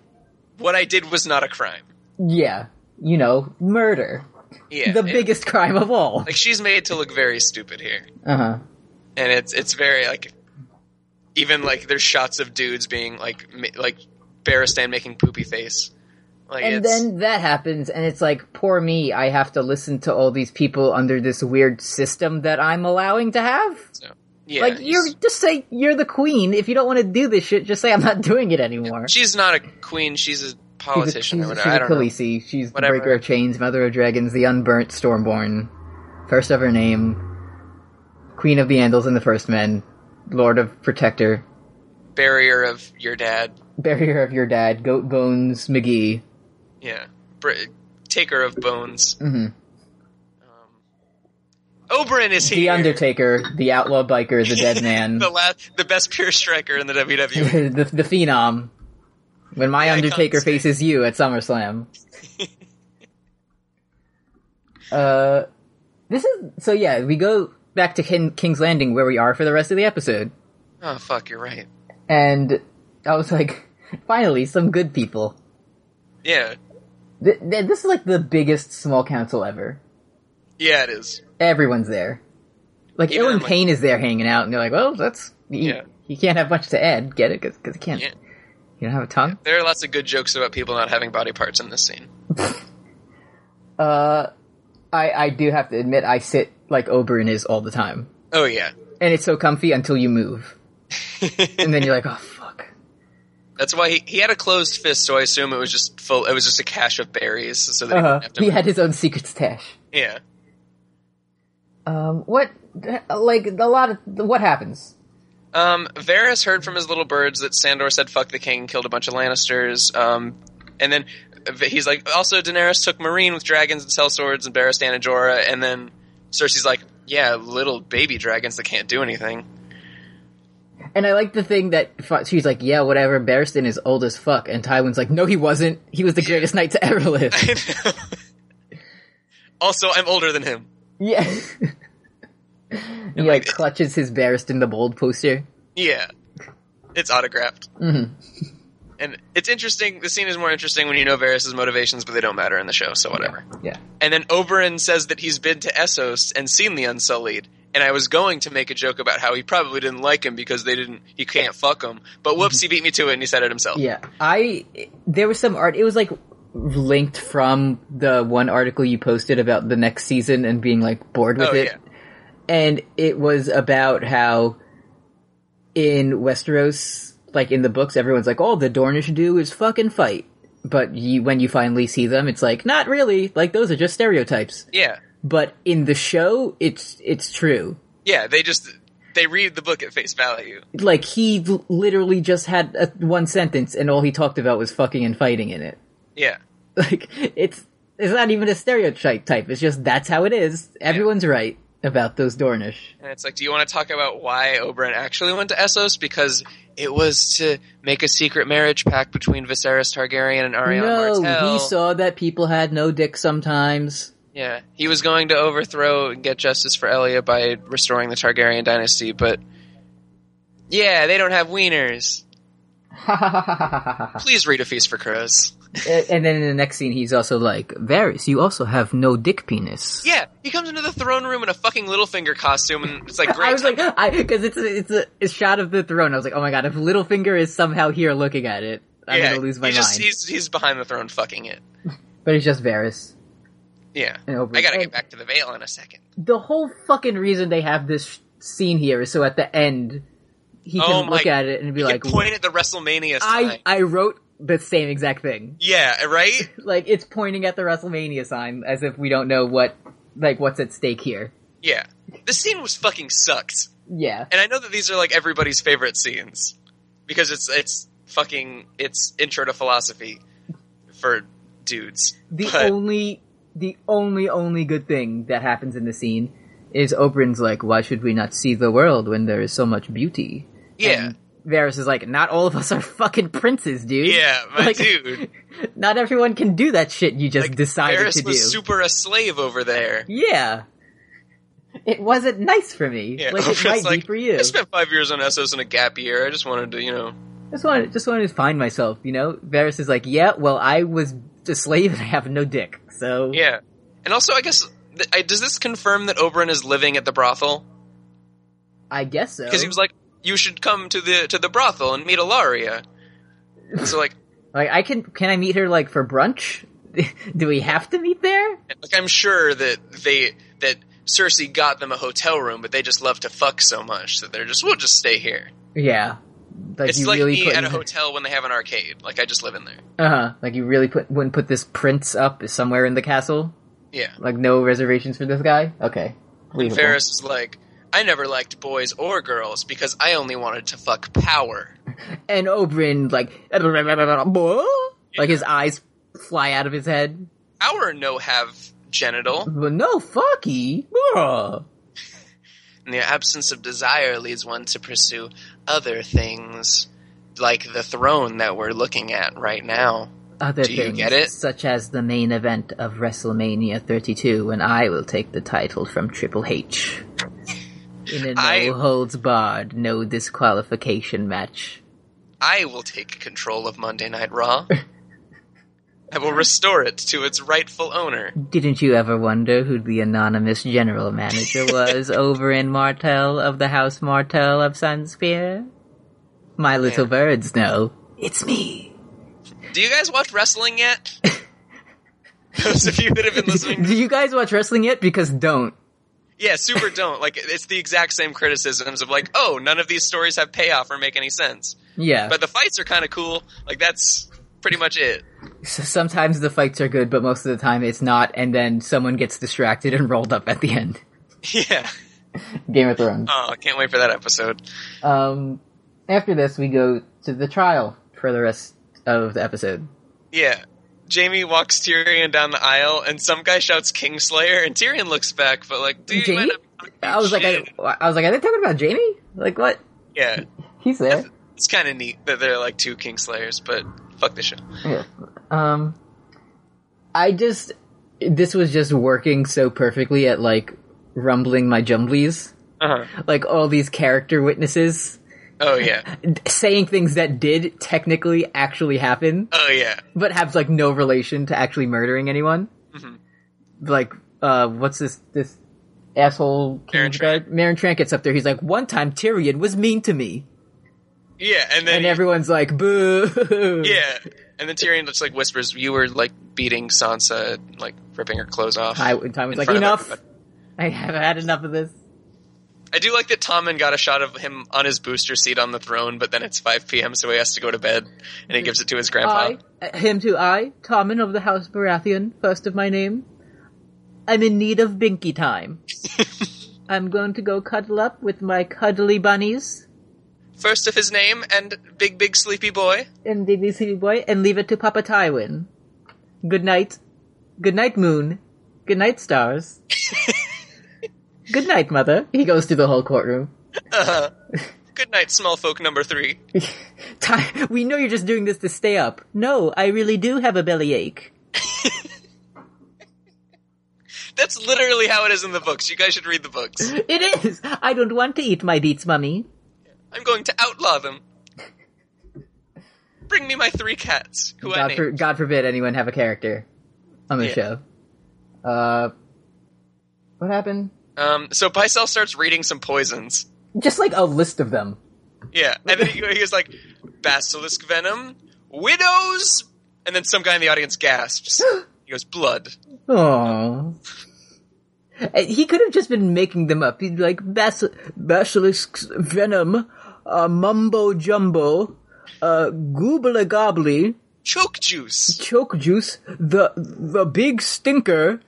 Speaker 3: what I did was not a crime.
Speaker 2: yeah, you know, murder.
Speaker 3: Yeah,
Speaker 2: the
Speaker 3: it-
Speaker 2: biggest crime of all.
Speaker 3: Like she's made to look very stupid here.
Speaker 2: uh-huh.
Speaker 3: and it's it's very like even like there's shots of dudes being like ma- like Barristan making poopy face. Like
Speaker 2: And
Speaker 3: it's
Speaker 2: then that happens, and it's like, poor me, I have to listen to all these people under this weird system that I'm allowing to have?
Speaker 3: yeah,
Speaker 2: like, you're,
Speaker 3: he's-
Speaker 2: just say you're the queen. If you don't want to do this shit, just say I'm not doing it anymore.
Speaker 3: she's not a queen. She's a
Speaker 2: She's a-
Speaker 3: politician
Speaker 2: she's
Speaker 3: or
Speaker 2: a-
Speaker 3: whatever. I don't
Speaker 2: She's a
Speaker 3: know.
Speaker 2: Khaleesi. She's
Speaker 3: Whatever.
Speaker 2: the Breaker of Chains, Mother of Dragons, the Unburnt Stormborn, first of her name, Queen of the Andals and the First Men, Lord of Protector,
Speaker 3: Barrier of your dad.
Speaker 2: Barrier of Your Dad, Goat Bones McGee.
Speaker 3: Yeah, Br- taker of bones.
Speaker 2: hmm
Speaker 3: Oberyn is
Speaker 2: The
Speaker 3: here.
Speaker 2: Undertaker, the Outlaw Biker, the Dead Man,
Speaker 3: the last, the best pure striker in the E. WWE.
Speaker 2: the, the Phenom. When my
Speaker 3: Yeah, I can't
Speaker 2: Undertaker
Speaker 3: say.
Speaker 2: faces you at SummerSlam. uh, this is so. Yeah, we go back to Kin- King's Landing where we are for the rest of the episode.
Speaker 3: oh fuck, you're right.
Speaker 2: and I was like, finally, some good people.
Speaker 3: Yeah,
Speaker 2: Th- th- this is like the biggest small council ever.
Speaker 3: yeah, it is.
Speaker 2: Everyone's there. Like,
Speaker 3: Even,
Speaker 2: Owen
Speaker 3: like-
Speaker 2: Payne is there hanging out, and they're like, well, that's. He,
Speaker 3: Yeah.
Speaker 2: he can't have much to add, get it? Because he can't.
Speaker 3: Yeah.
Speaker 2: You don't have a tongue?
Speaker 3: There are lots of good jokes about people not having body parts in this scene.
Speaker 2: Uh, I, I do have to admit, I sit like Oberyn is all the time.
Speaker 3: Oh yeah,
Speaker 2: And it's so comfy until you move. and then you're like, oh, fuck.
Speaker 3: That's why he, he had a closed fist, so I assume it was just full. It was just a cache of berries, so that
Speaker 2: Uh-huh.
Speaker 3: he
Speaker 2: He
Speaker 3: didn't have
Speaker 2: had his own secret stash.
Speaker 3: to. Yeah,
Speaker 2: Um, what, like, a lot of, what happens?
Speaker 3: Um, Varys heard from his little birds that Sandor said "fuck the king," killed a bunch of Lannisters, um, and then he's like, also Daenerys took Marine with dragons and sell swords and Barristan and Jorah, and then Cersei's like, yeah, little baby dragons that can't do anything.
Speaker 2: And I like the thing that fu- she's like, yeah, whatever. Barristan is old as fuck, and Tywin's like, no, he wasn't. He was the greatest knight to ever live.
Speaker 3: also, I'm older than him.
Speaker 2: yeah. he like clutches his Barristan the Bold poster.
Speaker 3: Yeah, it's autographed,
Speaker 2: Mhm.
Speaker 3: and it's interesting. The scene is more interesting when you know Varys' motivations, but they don't matter in the show, so whatever.
Speaker 2: Yeah.
Speaker 3: And then Oberon says that he's been to Essos and seen the Unsullied. And I was going to make a joke about how he probably didn't like him because they didn't, he can't fuck him. But whoops, he beat me to it and he said it himself.
Speaker 2: Yeah, I there was some art. It was like linked from the one article you posted about the next season and being like bored with
Speaker 3: Oh,
Speaker 2: it,
Speaker 3: yeah.
Speaker 2: and it was about how in Westeros, like in the books, everyone's like, "All the Dornish do is fucking fight," but you, when you finally see them, it's like, not really. Like those are just stereotypes.
Speaker 3: Yeah.
Speaker 2: But in the show, it's it's true.
Speaker 3: Yeah. They just, they read the book at face value.
Speaker 2: Like he l- literally just had a, one sentence, and all he talked about was fucking and fighting in it.
Speaker 3: Yeah.
Speaker 2: like it's it's not even a stereotype type it's just that's how it is everyone's right about those dornish
Speaker 3: And it's like, do you want to talk about why Oberon actually went to Essos? Because it was to make a secret marriage pact between Viserys Targaryen and Arianne
Speaker 2: no
Speaker 3: Martell.
Speaker 2: he saw that people had no dick sometimes
Speaker 3: Yeah, he was going to overthrow and get justice for Elia by restoring the Targaryen dynasty, but yeah, they don't have wieners.
Speaker 2: and
Speaker 3: Please read a feast for crows.
Speaker 2: and then in the next scene he's also like varys you also have no dick penis
Speaker 3: Yeah, he comes into the throne room in a fucking Littlefinger costume, and it's like great.
Speaker 2: I was like, I because it's a, it's a, a shot of the throne. I was like, oh my god, if Littlefinger is somehow here looking at it, I'm
Speaker 3: yeah,
Speaker 2: gonna lose my
Speaker 3: he just-
Speaker 2: mind.
Speaker 3: he's he's behind the throne, fucking it.
Speaker 2: But it's just Varys.
Speaker 3: Yeah,
Speaker 2: And Oberyn.
Speaker 3: I gotta
Speaker 2: And-
Speaker 3: get back to the veil in a second.
Speaker 2: the whole fucking reason they have this scene here is so at the end he
Speaker 3: Oh
Speaker 2: can
Speaker 3: my-
Speaker 2: look at it and be
Speaker 3: You
Speaker 2: like,
Speaker 3: can point at the WrestleMania sign.
Speaker 2: I I wrote the same exact thing.
Speaker 3: yeah, right.
Speaker 2: Like it's pointing at the WrestleMania sign as if we don't know what like what's at stake here.
Speaker 3: Yeah, this scene was fucking sucked.
Speaker 2: Yeah.
Speaker 3: and I know that these are like everybody's favorite scenes because it's it's fucking it's intro to philosophy for dudes.
Speaker 2: The
Speaker 3: but
Speaker 2: only the only only good thing that happens in the scene is Oberyn's like, why should we not see the world when there is so much beauty?
Speaker 3: yeah,
Speaker 2: And Varys is like, not all of us are fucking princes, dude.
Speaker 3: yeah, my
Speaker 2: Like,
Speaker 3: dude.
Speaker 2: Not everyone can do that shit you just
Speaker 3: Like,
Speaker 2: decided
Speaker 3: Varys
Speaker 2: to do.
Speaker 3: was super a slave over there.
Speaker 2: yeah. It wasn't nice for me.
Speaker 3: Yeah,
Speaker 2: Like
Speaker 3: It's
Speaker 2: it might
Speaker 3: like,
Speaker 2: be for you.
Speaker 3: I spent five years on Essos in a gap year. I just wanted to, you know,
Speaker 2: Just wanted, just wanted to find myself, you know? Varys is like, yeah, well, I was a slave and I have no dick, so.
Speaker 3: yeah. And also, I guess th- I, does this confirm that Oberyn is living at the brothel?
Speaker 2: I guess so.
Speaker 3: Because he was like, "You should come to the to the brothel and meet Alaria." so like,
Speaker 2: Like, I can, can I meet her, like, for brunch? do we have to meet there?
Speaker 3: Like I'm sure that they that Cersei got them a hotel room, but they just love to fuck so much that they're just we'll just stay here.
Speaker 2: Yeah. Like,
Speaker 3: it's
Speaker 2: you
Speaker 3: like
Speaker 2: really
Speaker 3: me
Speaker 2: put.
Speaker 3: at a hotel when they have an arcade. Like I just live in there.
Speaker 2: Uh huh. Like, you really put, wouldn't put this prince up somewhere in the castle?
Speaker 3: Yeah.
Speaker 2: Like, no reservations for this guy? Okay.
Speaker 3: And Ferris is like, I never liked boys or girls because I only wanted to fuck power.
Speaker 2: And Oberyn, like, like, his eyes fly out of his head.
Speaker 3: Power no have genital.
Speaker 2: Well, no, fucky. Yeah.
Speaker 3: And the absence of desire leads one to pursue other things. Like the throne that we're looking at right now.
Speaker 2: other
Speaker 3: Do you
Speaker 2: things,
Speaker 3: get it?
Speaker 2: such as the main event of WrestleMania 32, when I will take the title from Triple H in a no
Speaker 3: I-
Speaker 2: holds barred, no disqualification match.
Speaker 3: I will take control of Monday Night Raw. I will restore it to its rightful owner.
Speaker 2: Didn't you ever wonder who the anonymous general manager was over in Martell of the House Martell of Sunspear? My little
Speaker 3: Oh, Yeah.
Speaker 2: birds know it's me.
Speaker 3: Do you guys watch wrestling yet? Those of you that have been listening,
Speaker 2: Do you guys watch wrestling yet? Because don't.
Speaker 3: yeah, super don't. Like, it's the exact same criticisms of like, oh, none of these stories have payoff or make any sense.
Speaker 2: Yeah.
Speaker 3: But the fights are kind of cool. Like, that's pretty much it.
Speaker 2: So sometimes the fights are good, but most of the time it's not, and then someone gets distracted and rolled up at the end.
Speaker 3: Yeah.
Speaker 2: Game of Thrones.
Speaker 3: Oh, I can't wait for that episode.
Speaker 2: Um, after this, we go to the trial for the rest of the episode.
Speaker 3: Yeah. Jamie walks Tyrion down the aisle, and some guy shouts Kingslayer, and Tyrion looks back, but like, dude, you might
Speaker 2: Jamie?
Speaker 3: not be talking
Speaker 2: I was like, I,
Speaker 3: shit.
Speaker 2: I was like, are they talking about Jamie? Like what?
Speaker 3: yeah,
Speaker 2: He's there.
Speaker 3: it's kind of neat that they're like two Kingslayers, but fuck the show.
Speaker 2: Yeah. Um, I just this was just working so perfectly at like rumbling my jumblies,
Speaker 3: Uh-huh.
Speaker 2: like all these character witnesses
Speaker 3: Oh yeah,
Speaker 2: d- saying things that did technically actually happen,
Speaker 3: oh yeah,
Speaker 2: but have like no relation to actually murdering anyone.
Speaker 3: Mhm.
Speaker 2: Like, uh, what's this this asshole?
Speaker 3: Maren Trank.
Speaker 2: Marin Trank gets up there. He's like, one time Tyrion was mean to me,
Speaker 3: yeah, and then
Speaker 2: and everyone's like, boo.
Speaker 3: yeah, and then Tyrion just like whispers, "You were like beating Sansa, like ripping her clothes off."
Speaker 2: I, and Tom was
Speaker 3: in
Speaker 2: like,
Speaker 3: front of
Speaker 2: enough.
Speaker 3: everybody."
Speaker 2: I have had enough of this.
Speaker 3: I do like that Tommen got a shot of him on his booster seat on the throne, but then it's 5 p.m., so he has to go to bed, and he gives it to his grandpa.
Speaker 2: I, uh, him too, I, Tommen of the House Baratheon, first of my name. I'm in need of binky time. I'm going to go cuddle up with my cuddly bunnies
Speaker 3: First of his name and big, big sleepy boy.
Speaker 2: and baby city boy and leave it to Papa Tywin. Good night. Good night, moon. Good night, stars. Good night, mother. He goes through the whole courtroom.
Speaker 3: Uh-huh. Good night, small folk number three.
Speaker 2: Ty- we know you're just doing this to stay up. No, I really do have a bellyache.
Speaker 3: That's literally how it is in the books. You guys should read the books.
Speaker 2: It is! I don't want to eat my deets, mummy.
Speaker 3: I'm going to outlaw them. Bring me my three cats, who I
Speaker 2: God, for,
Speaker 3: named.
Speaker 2: God forbid anyone have a character on the
Speaker 3: Yeah.
Speaker 2: show. Uh, what happened?
Speaker 3: Um, so Pycelle starts reading some poisons.
Speaker 2: Just like a list of them.
Speaker 3: Yeah, and then he, he was like, basilisk venom, widows, and then some guy in the audience gasps. He goes, blood.
Speaker 2: Oh, Uh, he could have just been making them up. He'd be like Bas- basilisk's venom, uh, mumbo jumbo, uh, goobly gobbly,
Speaker 3: Choke juice.
Speaker 2: choke juice, the the big stinker,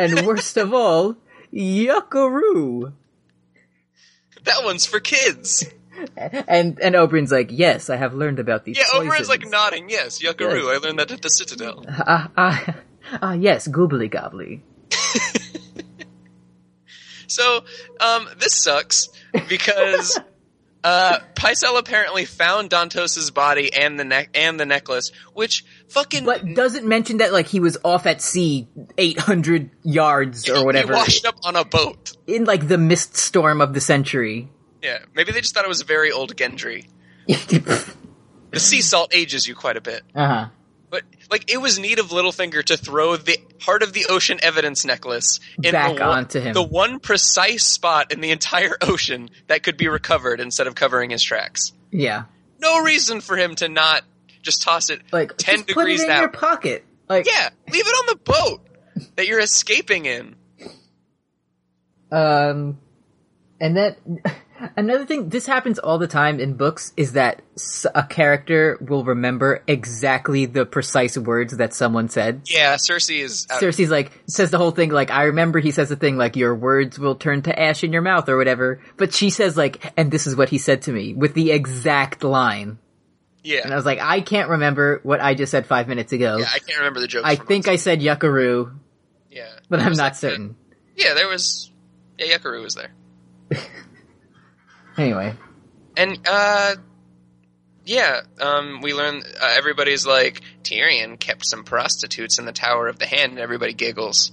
Speaker 2: and worst of all, yuckaroo.
Speaker 3: That one's for kids.
Speaker 2: And and Oberyn's like, yes, I have learned about these.
Speaker 3: Yeah, Oberon's like
Speaker 2: poisons."
Speaker 3: nodding. Yes, Yuckaroo.
Speaker 2: Yes.
Speaker 3: I learned that at the Citadel.
Speaker 2: Ah, ah, ah, yes, goobly gobbly.
Speaker 3: So, um, this sucks because uh, Pycelle apparently found Dantos's body and the neck and the necklace, which fucking
Speaker 2: But doesn't mention that like he was off at sea 800 yards or whatever
Speaker 3: He washed up on a boat.
Speaker 2: in like the mist storm of the century.
Speaker 3: Yeah, maybe they just thought it was a very old Gendry.
Speaker 2: uh
Speaker 3: The sea salt ages you quite a bit.
Speaker 2: huh.
Speaker 3: But like it was neat of Littlefinger to throw the heart of the ocean evidence necklace in
Speaker 2: Back
Speaker 3: the, one-
Speaker 2: onto him.
Speaker 3: The one precise spot in the entire ocean that could be recovered instead of covering his tracks.
Speaker 2: Yeah.
Speaker 3: No reason for him to not just toss it
Speaker 2: Like
Speaker 3: ten
Speaker 2: just put
Speaker 3: degrees
Speaker 2: it in
Speaker 3: that
Speaker 2: your
Speaker 3: way.
Speaker 2: pocket. Like
Speaker 3: Yeah, leave it on the boat that you're escaping in.
Speaker 2: Um, and that another thing this happens all the time in books is that s- a character will remember exactly the precise words that someone said.
Speaker 3: Yeah, Cersei is out.
Speaker 2: Cersei's like says the whole thing like I remember he says the thing like your words will turn to ash in your mouth or whatever, but she says like and this is what he said to me with the exact line. And I
Speaker 3: yeah.
Speaker 2: was like I can't remember what I just said 5 minutes ago.
Speaker 3: yeah, I can't remember the joke.
Speaker 2: I, think I said yuckaroo,
Speaker 3: yeah,
Speaker 2: but
Speaker 3: It
Speaker 2: I'm
Speaker 3: was
Speaker 2: not
Speaker 3: like-
Speaker 2: certain.
Speaker 3: Yeah, there was. Yeah, Yuckaroo was there,
Speaker 2: Anyway,
Speaker 3: and uh, yeah, um, we learn uh, everybody's like Tyrion kept some prostitutes in the Tower of the Hand, and everybody giggles.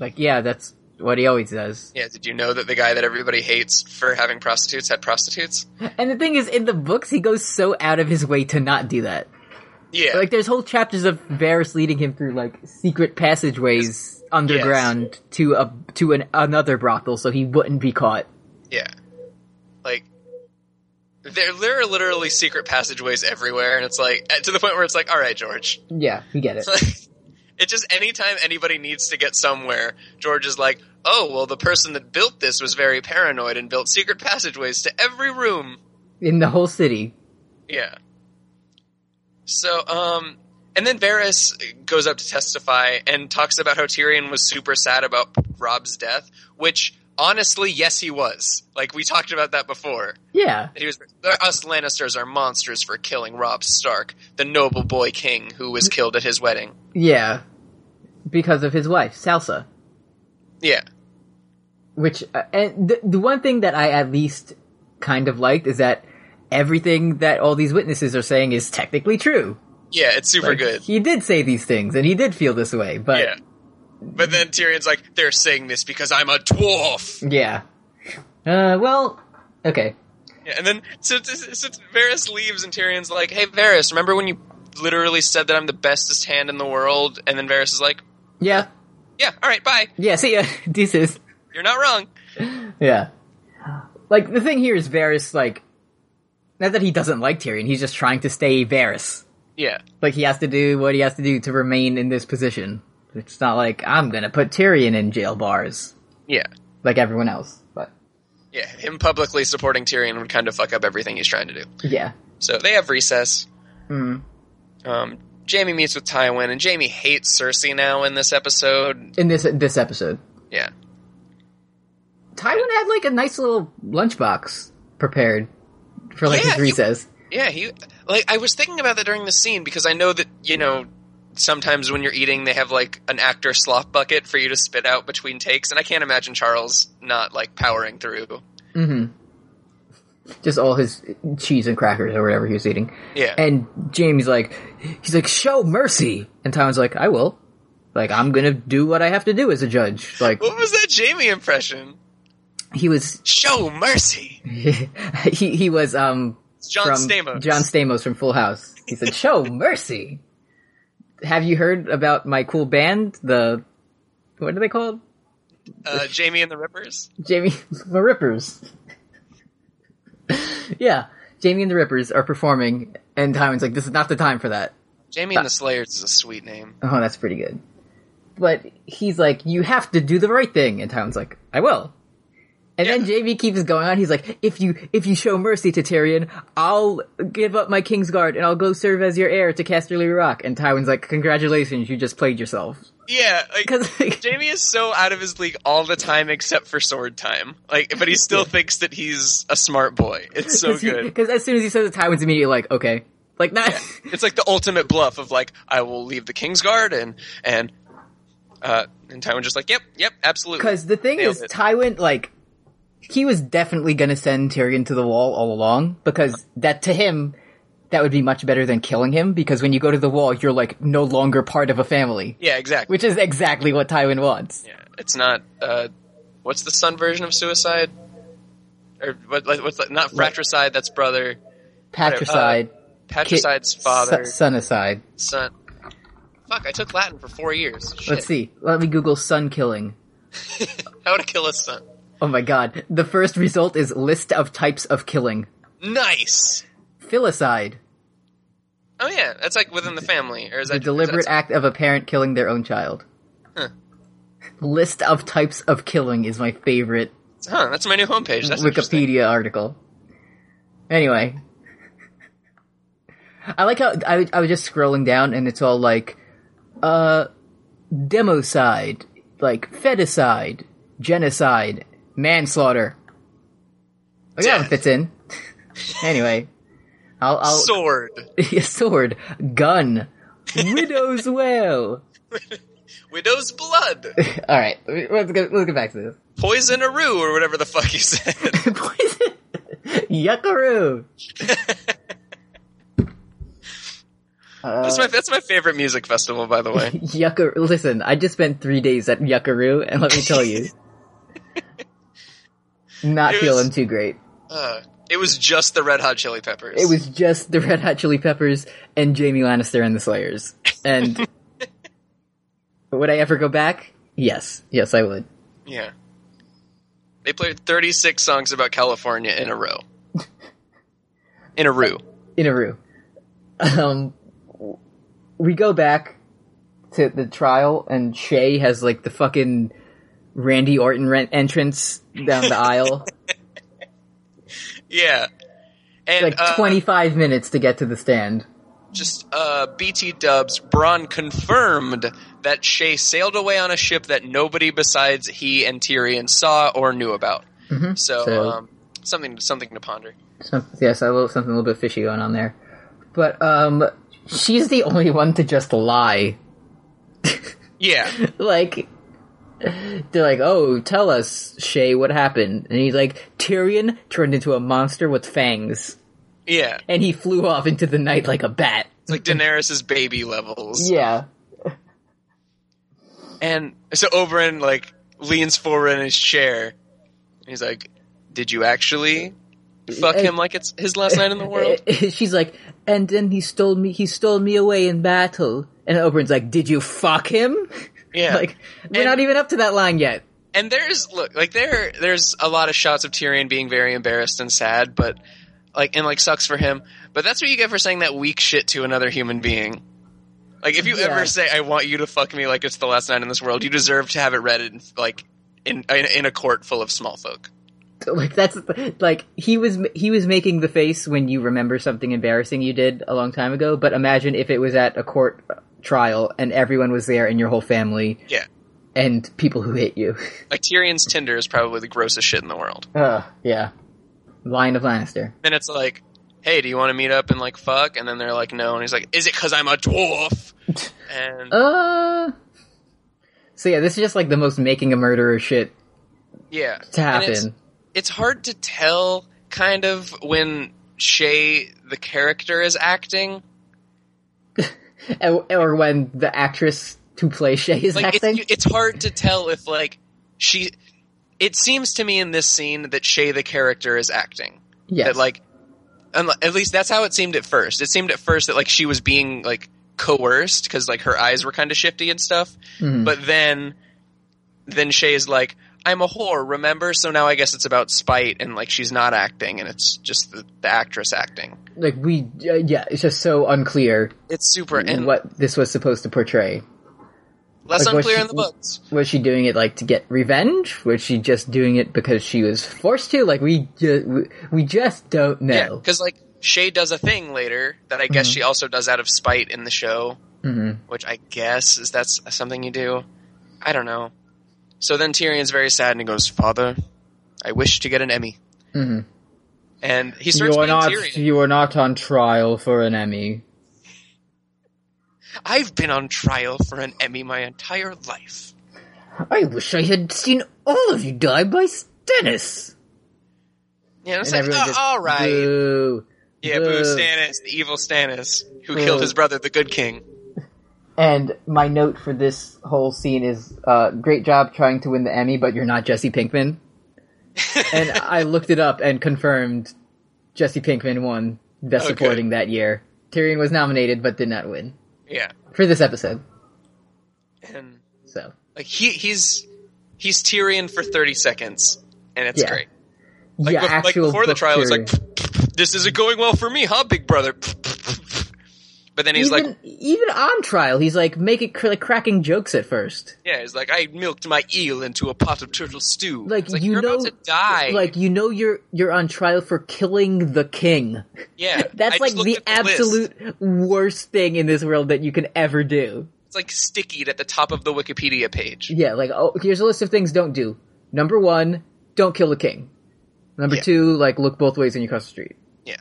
Speaker 2: like yeah, that's what he always does.
Speaker 3: Yeah, did you know that the guy that everybody hates for having prostitutes had prostitutes?
Speaker 2: And the thing is, in the books, he goes so out of his way to not do that.
Speaker 3: Yeah,
Speaker 2: Like, there's whole chapters of Varys leading him through like secret passageways underground to a to an another brothel, so he wouldn't be caught.
Speaker 3: Yeah. Like there there are literally secret passageways everywhere and it's like to the point where it's like all right George.
Speaker 2: Yeah, we get it.
Speaker 3: It's just anytime anybody needs to get somewhere, George is like, "Oh, well the person that built this was very paranoid and built secret passageways to every room."
Speaker 2: In the whole city,
Speaker 3: Yeah. So, um and then Varys goes up to testify and talks about how Tyrion was super sad about Rob's death, which Honestly, yes, he was. Like we talked about that before.
Speaker 2: Yeah.
Speaker 3: He was. Us Lannisters are monsters for killing Rob Stark, the noble boy king who was killed at his wedding.
Speaker 2: Yeah. Because of his wife, Salsa.
Speaker 3: Yeah.
Speaker 2: Which, uh, and the, the one thing that I at least kind of liked is that everything that all these witnesses are saying is technically true.
Speaker 3: Yeah, it's super
Speaker 2: Like,
Speaker 3: good.
Speaker 2: He did say these things and he did feel this way, but
Speaker 3: yeah. But then Tyrion's like, they're saying this because I'm a dwarf.
Speaker 2: yeah. Uh, well, okay.
Speaker 3: Yeah, and then so, so, so Varys leaves, and Tyrion's like, "Hey, Varys, remember when you literally said that I'm the bestest hand in the world?" And then Varys is like,
Speaker 2: Yeah.
Speaker 3: "Yeah, all right, bye.
Speaker 2: Yeah, see ya. Deuces.
Speaker 3: You're not wrong."
Speaker 2: Yeah. Like, the thing here is Varys, like, not that he doesn't like Tyrion, he's just trying to stay Varys.
Speaker 3: Yeah,
Speaker 2: Like, he has to do what he has to do to remain in this position. It's not like, I'm gonna put Tyrion in jail bars,
Speaker 3: yeah,
Speaker 2: like everyone else, but,
Speaker 3: yeah. Him publicly supporting Tyrion would kind of fuck up everything he's trying to do.
Speaker 2: yeah.
Speaker 3: So they have recess.
Speaker 2: Mm.
Speaker 3: Um, Jamie meets with Tywin, and Jamie hates Cersei now in this episode.
Speaker 2: In this, this episode.
Speaker 3: Yeah,
Speaker 2: Tywin had, like, a nice little lunchbox prepared for, like,
Speaker 3: Yeah,
Speaker 2: his
Speaker 3: he-
Speaker 2: recess.
Speaker 3: yeah. He like I was thinking about that during the scene because I know that you know. Sometimes when you're eating, they have like an actor slop bucket for you to spit out between takes, and I can't imagine Charles not like powering through.
Speaker 2: just all his cheese and crackers or whatever he was eating.
Speaker 3: Yeah.
Speaker 2: And Jamie's like, he's like, show mercy. And Tywin's like, I will. Like, I'm gonna do what I have to do as a judge. Like,
Speaker 3: What was that Jamie impression?
Speaker 2: he was,
Speaker 3: Show mercy.
Speaker 2: he, he was, um,
Speaker 3: It's John
Speaker 2: from
Speaker 3: Stamos.
Speaker 2: John Stamos from Full House. He said, show mercy. Have you heard about my cool band? The, what are they called?
Speaker 3: uh, Jamie and the Rippers.
Speaker 2: Jamie the Rippers. yeah. Jamie and the Rippers are performing, and Tywin's like, this is not the time for that.
Speaker 3: Jamie and the Slayers is a sweet name.
Speaker 2: Oh, that's pretty good. But he's like, you have to do the right thing, and Tywin's like, I will. And then Jamie keeps going on. He's like, if you if you show mercy to Tyrion, I'll give up my king's guard and I'll go serve as your heir to Casterly Rock. And Tywin's like, congratulations, you just played yourself.
Speaker 3: Yeah, like
Speaker 2: Because like,
Speaker 3: Jamie is so out of his league all the time except for sword time. Like, but he still thinks that he's a smart boy. It's so good.
Speaker 2: Because as soon as he says it, Tywin's immediately like, okay, like not.
Speaker 3: It's like the ultimate bluff of like, I will leave the King's Guard and and uh, and Tywin just like, yep, yep, absolutely.
Speaker 2: Because the thing
Speaker 3: Nailed
Speaker 2: is,
Speaker 3: it.
Speaker 2: Tywin, like, he was definitely gonna send Tyrion to the wall all along, because that to him, that would be much better than killing him, because when you go to the wall, you're like no longer part of a family.
Speaker 3: yeah, exactly.
Speaker 2: Which is exactly what Tywin wants.
Speaker 3: yeah, it's not. Uh, what's the son version of suicide? Or what, like, what's that? not fratricide? That's brother.
Speaker 2: Patricide, ki-
Speaker 3: Patricide's uh, father,
Speaker 2: so- son aside.
Speaker 3: son. Fuck, I took Latin for four years. Shit.
Speaker 2: Let's see. Let me Google son killing.
Speaker 3: How to kill a son.
Speaker 2: Oh my god. The first result is list of types of killing.
Speaker 3: Nice!
Speaker 2: Filicide.
Speaker 3: Oh yeah, that's like within the family, or is that
Speaker 2: The
Speaker 3: is
Speaker 2: deliberate
Speaker 3: that-
Speaker 2: act of a parent killing their own child.
Speaker 3: Huh.
Speaker 2: List of types of killing is my favorite
Speaker 3: Huh, that's my new homepage. That's interesting.
Speaker 2: Wikipedia article. Anyway, I like how I, was- I was just scrolling down and it's all like, uh, democide, like feticide, genocide, manslaughter. Like that one
Speaker 3: Death.
Speaker 2: fits in. anyway, I'll, I'll
Speaker 3: Sword,
Speaker 2: sword, gun, widow's wail.
Speaker 3: widow's blood,
Speaker 2: All right, let's go. Let's get back to this.
Speaker 3: poison roo, or whatever the fuck he said.
Speaker 2: Poison. Yuckaroo. Uh,
Speaker 3: that's my that's my favorite music festival, by the way.
Speaker 2: Yuckaroo. Listen, I just spent three days at Yuckaroo, and let me tell you, not
Speaker 3: It was-
Speaker 2: feeling too great.
Speaker 3: Uh, it was just the Red Hot Chili Peppers.
Speaker 2: It was just the Red Hot Chili Peppers and Jamie Lannister and the Slayers. And would I ever go back? Yes, yes, I would.
Speaker 3: yeah. They played thirty six songs about California in a row. In a row.
Speaker 2: in a room. Um, we go back to the trial, and Shay has like the fucking Randy Orton rent entrance down the aisle.
Speaker 3: Yeah. And
Speaker 2: Like
Speaker 3: uh,
Speaker 2: 25 minutes to get to the stand.
Speaker 3: just uh, BT Dubs Braun confirmed that Shay sailed away on a ship that nobody besides he and Tyrion saw or knew about.
Speaker 2: Mhm.
Speaker 3: So,
Speaker 2: So-
Speaker 3: um, something something to ponder.
Speaker 2: Some, yes, a little something a little bit fishy going on there. But um, she's the only one to just lie.
Speaker 3: Yeah,
Speaker 2: Like they're like, "Oh, tell us, Shay, what happened?" And he's like, "Tyrion turned into a monster with fangs,
Speaker 3: yeah.
Speaker 2: and he flew off into the night like a bat."
Speaker 3: It's like Daenerys's baby levels.
Speaker 2: Yeah,
Speaker 3: And so Oberyn like leans forward in his chair. And he's like, "Did you actually fuck
Speaker 2: I-
Speaker 3: him like it's his last night in the world?"
Speaker 2: She's like, "And then he stole me. He stole me away in battle." And Oberyn's like, "Did you fuck him?"
Speaker 3: Yeah.
Speaker 2: like we're
Speaker 3: And-
Speaker 2: not even up to that line yet.
Speaker 3: and there's look like there there's a lot of shots of Tyrion being very embarrassed and sad, but like and like sucks for him. But that's what you get for saying that weak shit to another human being. Like if you
Speaker 2: Yeah.
Speaker 3: ever say I want you to fuck me like it's the last night in this world, you deserve to have it read in like in in, in a court full of small folk.
Speaker 2: like that's like he was he was making the face when you remember something embarrassing you did a long time ago but imagine if it was at a court trial and everyone was there and your whole family
Speaker 3: Yeah.
Speaker 2: and people who hate you
Speaker 3: Like Tyrion's Tinder is probably the grossest shit in the world.
Speaker 2: uh, yeah lion of lannister
Speaker 3: Then it's like, "Hey, do you want to meet up and like fuck?" And then they're like, "No." And he's like, "Is it cuz I'm a dwarf?" And
Speaker 2: uh so yeah this is just like the most making a murderer shit
Speaker 3: yeah.
Speaker 2: to
Speaker 3: And it's-
Speaker 2: happen
Speaker 3: it's hard to tell kind of when Shay the character is acting.
Speaker 2: or, or when the actress to play shay is
Speaker 3: Like
Speaker 2: acting
Speaker 3: it's, it's hard to tell if like she it seems to me in this scene that Shay the character is acting.
Speaker 2: yes
Speaker 3: That like unle- at least that's how it seemed at first. It seemed at first that like she was being like coerced cuz like her eyes were kind of shifty and stuff.
Speaker 2: Mhm.
Speaker 3: But then then Shay is like I'm a whore, remember? So now I guess it's about spite and like she's not acting and it's just the, the actress acting.
Speaker 2: like we uh, yeah it's just so unclear
Speaker 3: It's super and
Speaker 2: what this was supposed to portray
Speaker 3: Less
Speaker 2: Like, was
Speaker 3: unclear
Speaker 2: she-
Speaker 3: in the books.
Speaker 2: was she doing it like to get revenge? Was she just doing it because she was forced to? Like we ju- we, we just don't
Speaker 3: Yeah,
Speaker 2: know.
Speaker 3: because like Shay does a thing later that I guess
Speaker 2: Mm-hmm.
Speaker 3: she also does out of spite in the show,
Speaker 2: Mhm.
Speaker 3: which I guess is that's something you do. I don't know. So then Tyrion's very sad and he goes, "Father, I wish to get an Emmy."
Speaker 2: Mhm.
Speaker 3: And he starts
Speaker 2: You are
Speaker 3: being
Speaker 2: not
Speaker 3: Tyrion.
Speaker 2: you are not on trial for an Emmy.
Speaker 3: I've been on trial for an Emmy my entire life.
Speaker 2: I wish I had seen all of you die by Stannis.
Speaker 3: Yeah, it's like,
Speaker 2: everyone
Speaker 3: "Oh,
Speaker 2: just,
Speaker 3: all right.
Speaker 2: "Boo,
Speaker 3: yeah, boo,
Speaker 2: boo."
Speaker 3: Stannis, the evil Stannis, who
Speaker 2: Boo.
Speaker 3: killed his brother, the good king.
Speaker 2: And my note for this whole scene is uh, great job trying to win the Emmy, but you're not Jesse Pinkman. and I looked it up and confirmed Jesse Pinkman won Best
Speaker 3: Okay.
Speaker 2: Supporting that year. Tyrion was nominated but did not win
Speaker 3: Yeah,
Speaker 2: for this episode.
Speaker 3: and
Speaker 2: So
Speaker 3: like he he's he's Tyrion for thirty seconds, and it's
Speaker 2: Yeah.
Speaker 3: great. Like,
Speaker 2: yeah,
Speaker 3: bef- like
Speaker 2: actual
Speaker 3: before the
Speaker 2: book
Speaker 3: trial, it's
Speaker 2: Tyrion.
Speaker 3: like this isn't going well for me, huh, Big Brother? But then he's
Speaker 2: even
Speaker 3: like,
Speaker 2: even on trial, he's like making cr- like cracking jokes at first.
Speaker 3: yeah, he's like, I milked my eel into a pot of turtle stew.
Speaker 2: Like,
Speaker 3: It's like
Speaker 2: you
Speaker 3: are
Speaker 2: know,
Speaker 3: about to die.
Speaker 2: like you know you're you're on trial for killing the king.
Speaker 3: yeah,
Speaker 2: That's
Speaker 3: I just
Speaker 2: like
Speaker 3: looked
Speaker 2: the
Speaker 3: at list.
Speaker 2: absolute worst thing in this world that you can ever do.
Speaker 3: It's like stickied at the top of the Wikipedia page.
Speaker 2: Yeah, like oh, here's a list of things don't do. Number one, don't kill the king. Number
Speaker 3: Yeah.
Speaker 2: two, like look both ways when you cross the street.
Speaker 3: Yeah,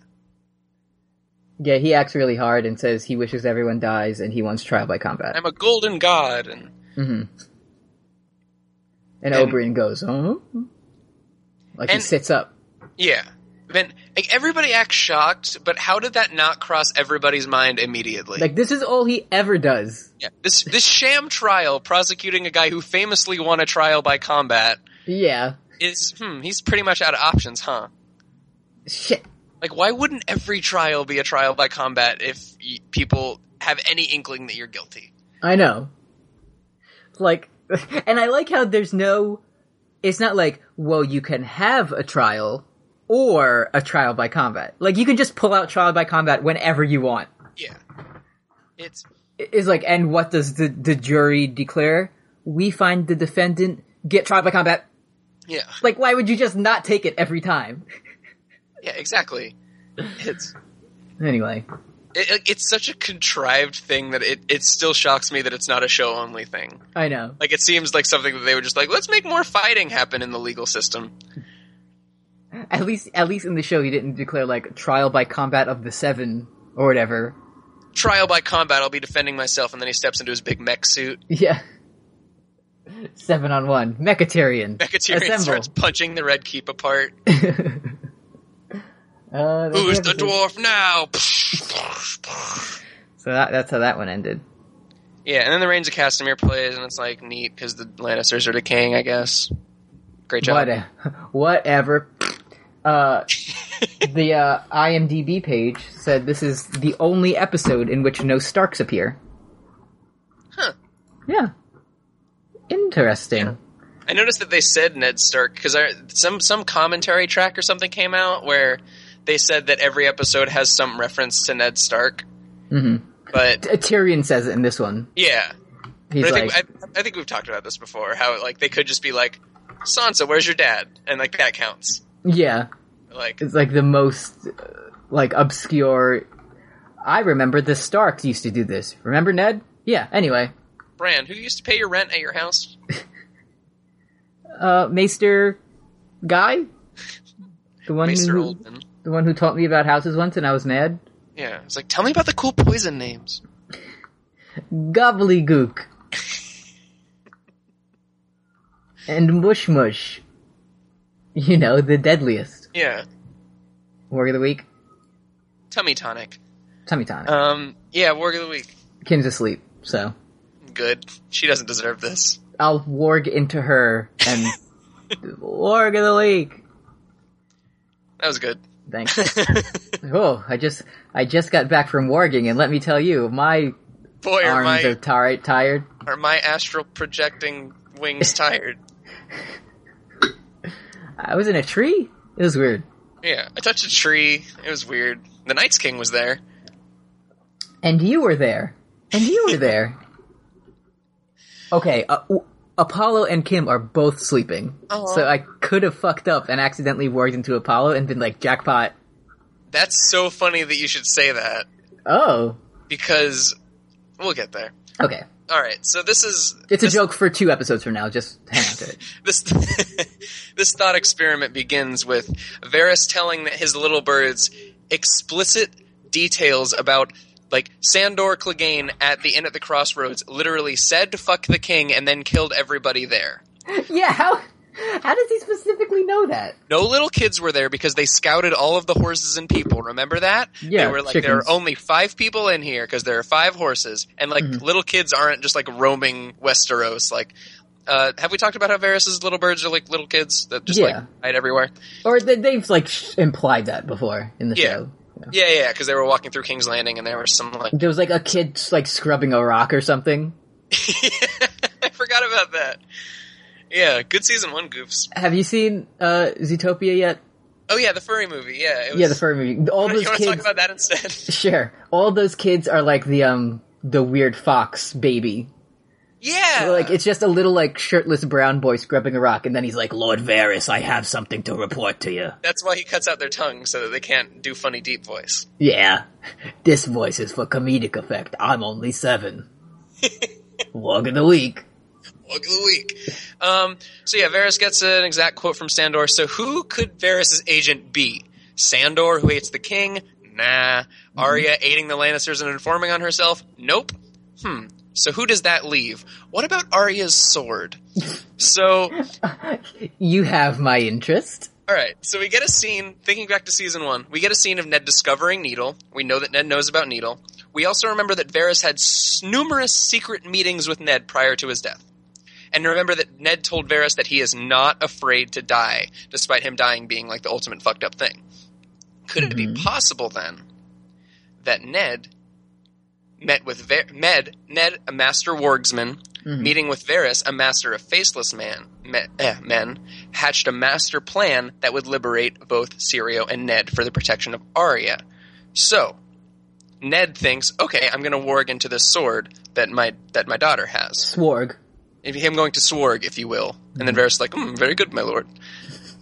Speaker 2: Yeah, he acts really hard and says he wishes everyone dies and he wants trial by combat.
Speaker 3: I'm a golden god, and
Speaker 2: And
Speaker 3: and-
Speaker 2: Oberyn goes, oh, like he
Speaker 3: And-
Speaker 2: sits up.
Speaker 3: yeah. Then like everybody acts shocked, but how did that not cross everybody's mind immediately?
Speaker 2: Like this is all he ever does.
Speaker 3: yeah, this this sham trial prosecuting a guy who famously won a trial by combat
Speaker 2: Yeah,
Speaker 3: is hmm, he's pretty much out of options, huh?
Speaker 2: shit.
Speaker 3: Like, why wouldn't every trial be a trial by combat if y- people have any inkling that you're guilty?
Speaker 2: I know. Like, and I like how there's no. It's not like, well, you can have a trial or a trial by combat. Like, you can just pull out trial by combat whenever you want.
Speaker 3: Yeah, it's
Speaker 2: Is like, and what does the the jury declare? We find the defendant get trial by combat.
Speaker 3: yeah,
Speaker 2: Like, why would you just not take it every time?
Speaker 3: yeah, exactly. It's
Speaker 2: Anyway,
Speaker 3: It, it- it's such a contrived thing that it, it still shocks me that it's not a show only thing.
Speaker 2: I know.
Speaker 3: Like it seems like something that they were just like, let's make more fighting happen in the legal system.
Speaker 2: At least, at least in the show, he didn't declare like trial by combat of the seven or whatever.
Speaker 3: Trial by combat, I'll be defending myself, and then he steps into his big mech suit.
Speaker 2: Yeah. Seven on one, Mechatarian.
Speaker 3: Mechatarian starts
Speaker 2: Assemble.
Speaker 3: punching the Red Keep apart.
Speaker 2: Uh, that's
Speaker 3: Who's the
Speaker 2: everything.
Speaker 3: dwarf now?
Speaker 2: So that, that's how that one ended.
Speaker 3: yeah, and then the Reigns of Castamere plays, and it's like neat because the Lannisters are decaying, I guess. Great job.
Speaker 2: What, whatever. Uh, the uh, IMDb page said this is the only episode in which no Starks appear.
Speaker 3: Huh.
Speaker 2: Yeah. Interesting.
Speaker 3: I noticed that they said Ned Stark because some some commentary track or something came out where they said that every episode has some reference to Ned Stark. Mm-hmm. But
Speaker 2: T- Tyrion says it in this one.
Speaker 3: yeah,
Speaker 2: He's
Speaker 3: but I
Speaker 2: like,
Speaker 3: think I, I think we've talked about this before. How like they could just be like, Sansa, where's your dad? And like that counts.
Speaker 2: yeah,
Speaker 3: Like
Speaker 2: it's like the most uh, like obscure. I remember the Starks used to do this. Remember Ned? Yeah. Anyway,
Speaker 3: Bran, who used to pay your rent at your house?
Speaker 2: uh, Maester guy, the one
Speaker 3: Maester
Speaker 2: who
Speaker 3: Oldman.
Speaker 2: the one who taught me about houses once, and I was mad.
Speaker 3: Yeah, it's like tell me about the cool poison names.
Speaker 2: gobbledygook and mush mush you know the deadliest
Speaker 3: Yeah,
Speaker 2: word of the week
Speaker 3: tummy tonic.
Speaker 2: tummy tonic
Speaker 3: Um, yeah, warg of the week.
Speaker 2: kim's asleep so
Speaker 3: Good. She doesn't deserve this.
Speaker 2: i'll warg into her and warg of the week
Speaker 3: That was good.
Speaker 2: thanks oh i just i just got back from warging and let me tell you my
Speaker 3: Boy, are
Speaker 2: arms
Speaker 3: my
Speaker 2: are tar- tired
Speaker 3: are my astral projecting wings tired?
Speaker 2: i was in a tree it was weird
Speaker 3: Yeah, I touched a tree. It was weird. The Night's King was there.
Speaker 2: And you were there. And you were there. Okay, uh, w- Apollo and Kim are both sleeping.
Speaker 3: Aw.
Speaker 2: So I could have fucked up and accidentally worked into Apollo and been like, jackpot.
Speaker 3: That's so funny that you should say that
Speaker 2: Oh.
Speaker 3: because we'll get there.
Speaker 2: Okay.
Speaker 3: All right, so this is
Speaker 2: It's a
Speaker 3: this-
Speaker 2: joke for two episodes from now. Just hang on to it.
Speaker 3: This this thought experiment begins with Varys telling his little birds explicit details about like Sandor Clegane at the inn at the crossroads literally said "fuck the king" and then killed everybody there.
Speaker 2: yeah, how, how does he specifically know that?
Speaker 3: No little kids were there because they scouted all of the horses and people. Remember that?
Speaker 2: Yeah,
Speaker 3: They were like,
Speaker 2: chickens.
Speaker 3: there are only five people in here because there are five horses. And like,
Speaker 2: Mm-hmm.
Speaker 3: little kids aren't just like roaming Westeros. Like, uh, have we talked about how Varys' little birds are like little kids that just
Speaker 2: Yeah.
Speaker 3: like hide everywhere?
Speaker 2: Or th- they've like sh- implied that before in the
Speaker 3: Yeah.
Speaker 2: show.
Speaker 3: Yeah, yeah, because they were walking through King's Landing and there were some like.
Speaker 2: There was like a kid like scrubbing a rock or something.
Speaker 3: I forgot about that. Yeah, good season one goofs.
Speaker 2: Have you seen uh Zootopia yet?
Speaker 3: Oh yeah, the furry movie. Yeah, it was,
Speaker 2: yeah, the fur movie. All
Speaker 3: You
Speaker 2: those
Speaker 3: want to
Speaker 2: kids
Speaker 3: talk about that instead?
Speaker 2: Sure. All those kids are like the um the weird fox baby.
Speaker 3: yeah,
Speaker 2: Like it's just a little like shirtless brown boy scrubbing a rock, and then he's like, "Lord Varys, I have something to report to you."
Speaker 3: that's why he cuts out their tongue so that they can't do funny deep voice.
Speaker 2: Yeah, this voice is for comedic effect. I'm only seven. Log of the week.
Speaker 3: Book of the week. Um, so yeah, Varys gets an exact quote from Sandor. So who could Varys' agent be? Sandor, who hates the king? Nah. Arya aiding the Lannisters and informing on herself? Nope. Hmm. So who does that leave? What about Arya's sword? so
Speaker 2: You have my interest.
Speaker 3: all right, so we get a scene. Thinking back to season one, we get a scene of Ned discovering Needle. We know that Ned knows about Needle. We also remember that Varys had s- numerous secret meetings with Ned prior to his death. And remember that Ned told Varys that he is not afraid to die, despite him dying being like the ultimate fucked up thing. Could it be possible then that Ned met with Ver- Med, Ned, a master wargsman, meeting with Varys, a master of faceless man, me- eh, men, hatched a master plan that would liberate both Sirio and Ned for the protection of Arya. So, Ned thinks, okay, I'm going to warg into this sword that my that my daughter has.
Speaker 2: Swarg.
Speaker 3: If- Him going to swarg, if you will. And then Varys is like, hmm, very good, my lord.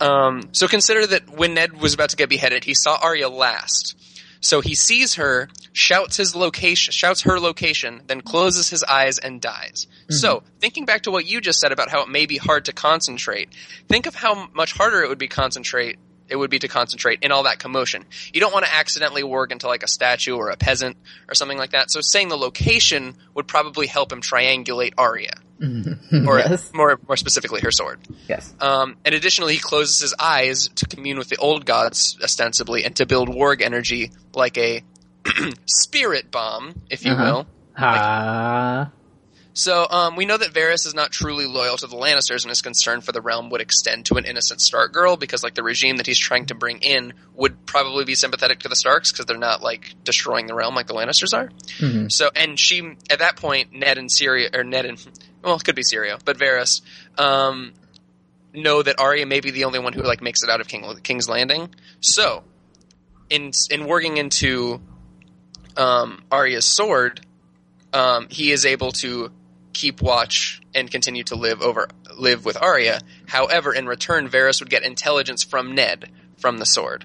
Speaker 3: Um, so consider that when Ned was about to get beheaded, he saw Arya last. So he sees her shouts his location, shouts her location, then closes his eyes and dies. So, thinking back to what you just said about how it may be hard to concentrate, think of how much harder it would be concentrate. It would be to concentrate in all that commotion. You don't want to accidentally work into like a statue or a peasant or something like that. So saying the location would probably help him triangulate Arya, or
Speaker 2: yes.
Speaker 3: more more specifically, her sword.
Speaker 2: Yes.
Speaker 3: Um, and additionally, he closes his eyes to commune with the old gods, ostensibly, and to build warg energy like a spirit bomb, if you
Speaker 2: Uh-huh.
Speaker 3: will.
Speaker 2: Ah.
Speaker 3: So um, we know that Varys is not truly loyal to the Lannisters, and his concern for the realm would extend to an innocent Stark girl because, like, the regime that he's trying to bring in would probably be sympathetic to the Starks because they're not like destroying the realm like the Lannisters are.
Speaker 2: Mhm.
Speaker 3: So, and she at that point, Ned and Syria or Ned and well, it could be Syria, but Varys um, know that Arya may be the only one who like makes it out of King, King's Landing. So, in in working into um, Arya's sword, um, he is able to keep watch and continue to live over live with Arya. However, in return, Varys would get intelligence from Ned from the sword.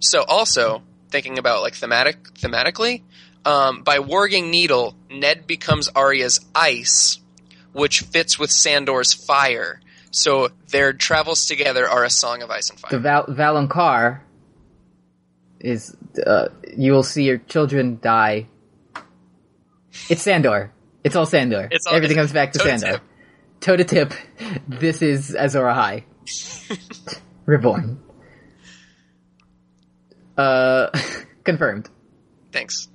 Speaker 3: So, also thinking about like thematic thematically, um, by warging Needle, Ned becomes Arya's ice, which fits with Sandor's fire. So their travels together are a song of ice and
Speaker 2: The
Speaker 3: fire.
Speaker 2: Val- Valonqar is. Uh, you will see your children die. It's Sandor. It's all Sandor.
Speaker 3: It's all-
Speaker 2: Everything comes back to
Speaker 3: toe to
Speaker 2: Sandor.
Speaker 3: tip.
Speaker 2: Toe to tip. This is Azora High. Reborn. Uh, confirmed.
Speaker 3: Thanks.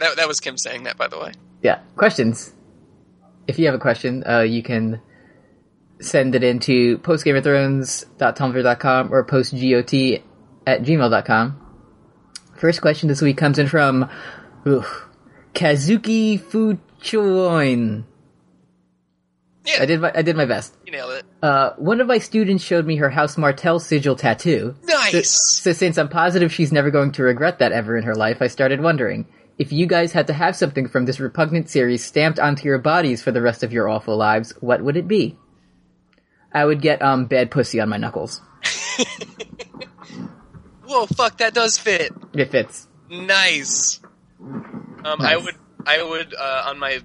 Speaker 3: That, that was Kim saying that, by the way.
Speaker 2: Yeah. Questions. If you have a question, uh, you can send it into postgameofthrones.tumblr.com or postgot at gmail.com. First question this week comes in from oof, Kazuki Fuchoin.
Speaker 3: Yeah,
Speaker 2: I did my I did my best.
Speaker 3: you nailed it.
Speaker 2: Uh, one of my students showed me her House Martell sigil tattoo.
Speaker 3: Nice.
Speaker 2: So since I'm positive she's never going to regret that ever in her life, I started wondering if you guys had to have something from this repugnant series stamped onto your bodies for the rest of your awful lives, what would it be? I would get um bad pussy on my knuckles.
Speaker 3: Whoa, fuck, that does fit.
Speaker 2: It fits.
Speaker 3: Nice. Um, I
Speaker 2: Nice.
Speaker 3: would, I would, uh, on my,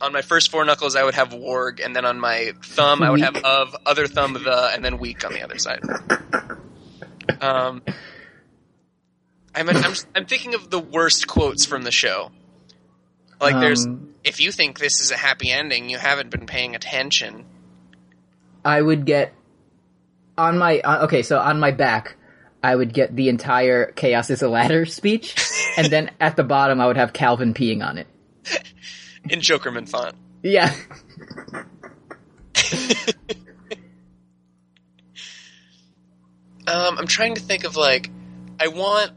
Speaker 3: on my first four knuckles, I would have warg, and then on my thumb, I would have
Speaker 2: Weak.
Speaker 3: of, other thumb the, and then weak on the other side. Um, I'm, I'm, I'm thinking of the worst quotes from the show. Like, there's,
Speaker 2: Um,
Speaker 3: if you think this is a happy ending, you haven't been paying attention.
Speaker 2: I would get on my uh, okay, so on my back, I would get the entire "Chaos is a Ladder" speech, and then at the bottom, I would have Calvin peeing on it.
Speaker 3: In Jokerman font.
Speaker 2: Yeah,
Speaker 3: Um, I'm trying to think of like, I want,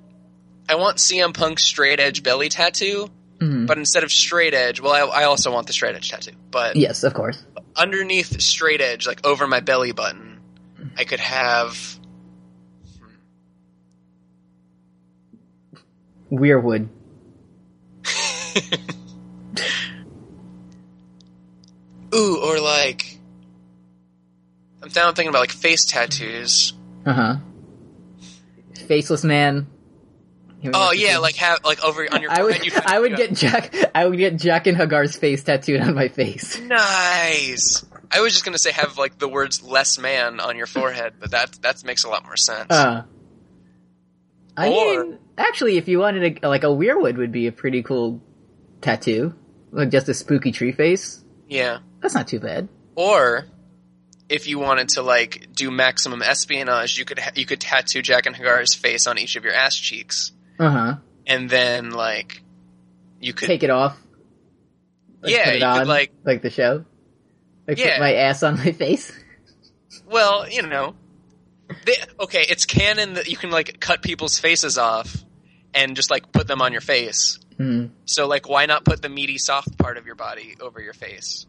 Speaker 3: I want CM Punk's straight edge belly tattoo,
Speaker 2: Mm-hmm.
Speaker 3: but instead of straight edge, well, I, I also want the straight edge tattoo, but
Speaker 2: yes, of course.
Speaker 3: underneath straight edge, like over my belly button, I could have
Speaker 2: Weirwood.
Speaker 3: ooh, or like, I'm now thinking about like face tattoos.
Speaker 2: Uh huh. Faceless man.
Speaker 3: Oh yeah, like have like over on your.
Speaker 2: I would,
Speaker 3: and you-
Speaker 2: I would get Jack, I would get Jack and Hagar's face tattooed on my face.
Speaker 3: nice. I was just gonna say have like the words "less man" on your forehead, but that that makes a lot more sense.
Speaker 2: Uh, I
Speaker 3: Or-
Speaker 2: mean, actually, if you wanted a, like a weirwood would be a pretty cool tattoo, like just a spooky tree face.
Speaker 3: yeah.
Speaker 2: That's not too bad.
Speaker 3: Or if you wanted to like do maximum espionage, you could ha- you could tattoo Jack and Hagar's face on each of your ass cheeks,
Speaker 2: Uh huh.
Speaker 3: and then like you could
Speaker 2: Take it off.
Speaker 3: yeah,
Speaker 2: put it
Speaker 3: you
Speaker 2: on,
Speaker 3: could like
Speaker 2: like the show. Like
Speaker 3: Yeah.
Speaker 2: put my ass on my face.
Speaker 3: well, you know, they, okay, it's canon that you can like cut people's faces off and just like put them on your face.
Speaker 2: Hmm.
Speaker 3: So like, why not put the meaty, soft part of your body over your face?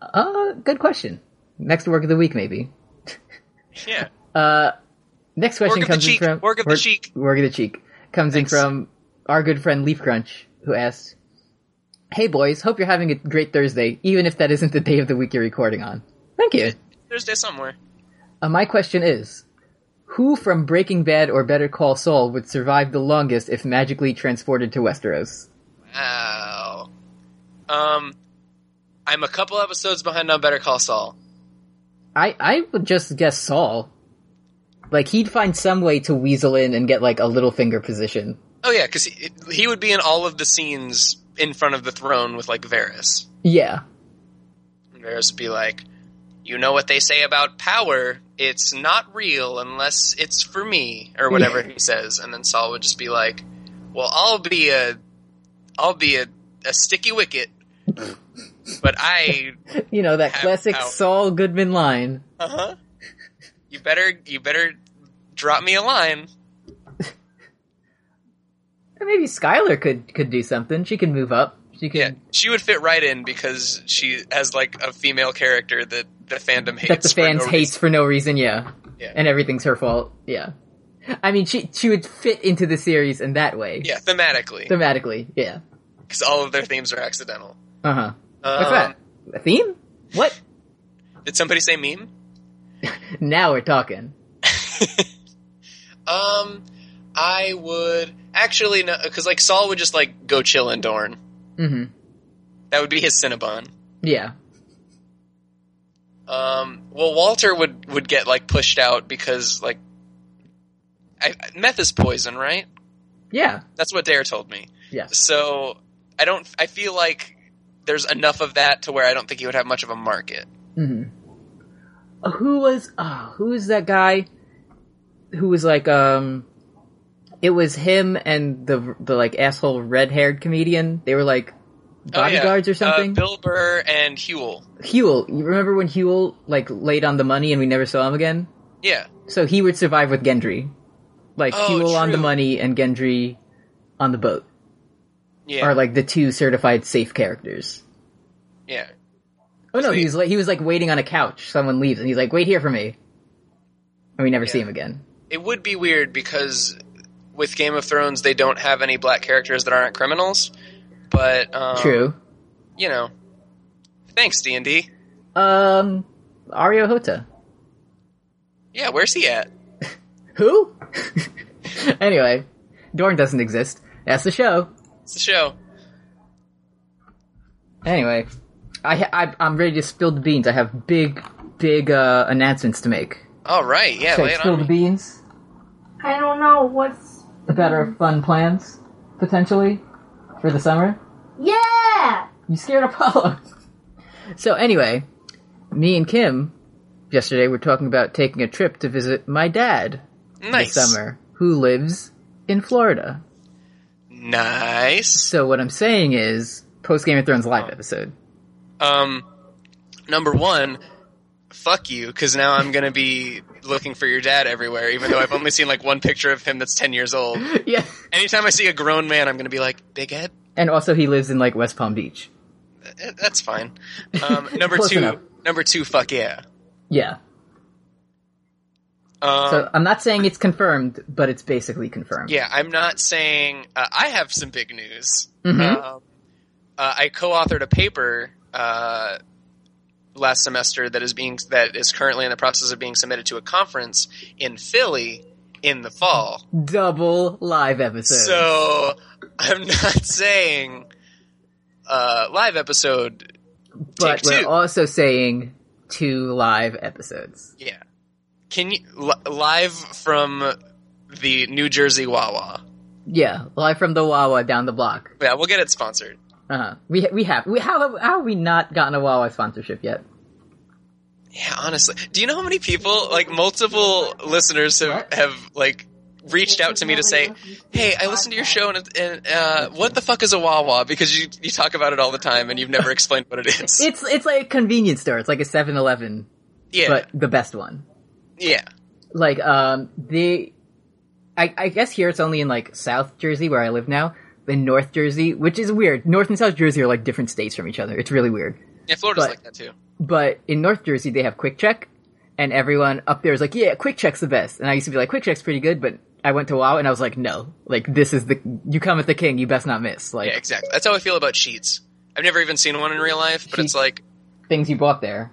Speaker 2: Uh, good question. Next work of the week, maybe.
Speaker 3: Yeah,
Speaker 2: Uh, next question
Speaker 3: Work of the
Speaker 2: comes
Speaker 3: cheek,
Speaker 2: in from
Speaker 3: work of the cheek.
Speaker 2: Work of the cheek comes
Speaker 3: Thanks.
Speaker 2: in from our good friend Leaf Crunch, who asked, "Hey boys, hope you're having a great Thursday, even if that isn't the day of the week you're recording on." Thank you.
Speaker 3: Thursday somewhere.
Speaker 2: Uh, my question is, Who from Breaking Bad or Better Call Saul would survive the longest if magically transported to Westeros?
Speaker 3: Wow. Um, I'm a couple episodes behind on Better Call Saul.
Speaker 2: I I would just guess Saul. Like he'd find some way to weasel in and get like a little finger position.
Speaker 3: Oh yeah, because he, he would be in all of the scenes in front of the throne with like Varys.
Speaker 2: Yeah.
Speaker 3: And Varys would be like, "You know what they say about power? It's not real unless it's for me or whatever he says." And then Saul would just be like, "Well, I'll be a, I'll be a, a sticky wicket, but I,
Speaker 2: You know that
Speaker 3: Have
Speaker 2: classic
Speaker 3: power.
Speaker 2: Saul Goodman line.
Speaker 3: uh huh, you better, you better drop me a line."
Speaker 2: Or maybe Skylar could could do something. She can move up. She
Speaker 3: Yeah,
Speaker 2: can
Speaker 3: she would fit right in because she has like a female character that the fandom hates.
Speaker 2: that the
Speaker 3: for
Speaker 2: fans
Speaker 3: no
Speaker 2: hates for no reason. Yeah.
Speaker 3: reason. Yeah.
Speaker 2: and everything's her fault. Yeah, I mean she she would fit into the series in that way.
Speaker 3: yeah, thematically,
Speaker 2: thematically. Yeah.
Speaker 3: because all of their themes are accidental.
Speaker 2: Uh huh. What's
Speaker 3: Um,
Speaker 2: that? A theme? What?
Speaker 3: Did somebody say meme?
Speaker 2: Now we're talking.
Speaker 3: Um, I would actually no, because like Saul would just like go chill in Dorne.
Speaker 2: hmm
Speaker 3: That would be his Cinnabon.
Speaker 2: Yeah.
Speaker 3: Um, well, Walter would would get like pushed out because like, I, meth is poison, right?
Speaker 2: Yeah.
Speaker 3: That's what Dare told me.
Speaker 2: Yes.
Speaker 3: So I don't. I feel like there's enough of that to where I don't think he would have much of a market.
Speaker 2: hmm Uh, Who was? Oh, who was that guy? Who was like um? It was him and the the like asshole red haired comedian. They were like
Speaker 3: Oh, yeah.
Speaker 2: bodyguards or something.
Speaker 3: Uh, Bill Burr and Huel.
Speaker 2: Huel, you remember when Huel like laid on the money and we never saw him again?
Speaker 3: Yeah.
Speaker 2: So he would survive with Gendry. Like
Speaker 3: Oh,
Speaker 2: Huel on the
Speaker 3: true.
Speaker 2: money and Gendry on the boat.
Speaker 3: Yeah.
Speaker 2: Are like the two certified safe characters.
Speaker 3: yeah.
Speaker 2: Oh no,
Speaker 3: So
Speaker 2: he
Speaker 3: he-
Speaker 2: was like he was like waiting on a couch. Someone leaves and he's like, Wait here for me. And we never see
Speaker 3: Yeah.
Speaker 2: him again.
Speaker 3: It would be weird because with Game of Thrones they don't have any black characters that aren't criminals. But um,
Speaker 2: True.
Speaker 3: You know. Thanks, D and D.
Speaker 2: Um Ario Hota.
Speaker 3: Yeah, where's he at?
Speaker 2: Who? anyway, Dorn doesn't exist. That's the show.
Speaker 3: It's the show.
Speaker 2: Anyway, I, ha- I I'm ready to spill the beans. I have big big uh announcements to make.
Speaker 3: All right. Yeah.
Speaker 2: Okay,
Speaker 3: lay it
Speaker 2: spill
Speaker 3: on
Speaker 2: the
Speaker 3: me.
Speaker 2: beans.
Speaker 4: I don't know what's.
Speaker 2: about our fun plans potentially for the summer.
Speaker 4: Yeah!
Speaker 2: You scared Apollo. So anyway, me and Kim yesterday were talking about taking a trip to visit my dad
Speaker 3: nice.
Speaker 2: this summer, who lives in Florida.
Speaker 3: Nice.
Speaker 2: So what I'm saying is post Game of Thrones
Speaker 3: Oh.
Speaker 2: live episode.
Speaker 3: Um, number one, fuck you, because now I'm gonna be looking for your dad everywhere, even though I've only seen like one picture of him that's ten years old.
Speaker 2: yeah.
Speaker 3: Anytime I see a grown man, I'm gonna be like, Big Ed,
Speaker 2: And also he lives in like West Palm Beach.
Speaker 3: Eh, that's fine. Um, number
Speaker 2: Close
Speaker 3: two,
Speaker 2: enough.
Speaker 3: number two, fuck yeah.
Speaker 2: Yeah.
Speaker 3: Um,
Speaker 2: So I'm not saying it's confirmed, but it's basically confirmed.
Speaker 3: yeah, I'm not saying uh, I have some big news.
Speaker 2: Mhm.
Speaker 3: Um, uh, I co-authored a paper uh, last semester that is being that is currently in the process of being submitted to a conference in Philly in the fall.
Speaker 2: Double live episode.
Speaker 3: So I'm not saying uh, live episode.
Speaker 2: but
Speaker 3: take
Speaker 2: we're
Speaker 3: two.
Speaker 2: also saying two live episodes.
Speaker 3: Yeah, can you li- live from the New Jersey Wawa?
Speaker 2: Yeah, live from the Wawa down the block.
Speaker 3: Yeah, we'll get it sponsored.
Speaker 2: Uh-huh. We we have we how have, how have we not gotten a Wawa sponsorship yet?
Speaker 3: Yeah, honestly, do you know how many people, like multiple listeners, have
Speaker 2: What?
Speaker 3: have like reached out to me to say, "Hey, I listened to your show and, and uh, what the fuck is a Wawa?" Because you you talk about it all the time and you've never explained what it is.
Speaker 2: It's it's like a convenience store. It's like a 7-Eleven,
Speaker 3: yeah,
Speaker 2: but the best one.
Speaker 3: yeah,
Speaker 2: Like um the I I guess here it's only in like South Jersey where I live now. In North Jersey, which is weird. North and South Jersey are like different states from each other. It's really weird.
Speaker 3: yeah. Florida's
Speaker 2: but-
Speaker 3: like that too.
Speaker 2: but in North Jersey they have Quick Check, and everyone up there is like, "Yeah, Quick Check's the best." And I used to be like, "Quick Check's pretty good," but I went to WoW and I was like, "No, like this is the you come at the king, you best not miss." Like
Speaker 3: Yeah, exactly. That's how I feel about sheets. I've never even seen one in real life, but it's
Speaker 2: Sheets.
Speaker 3: like,
Speaker 2: things you bought there.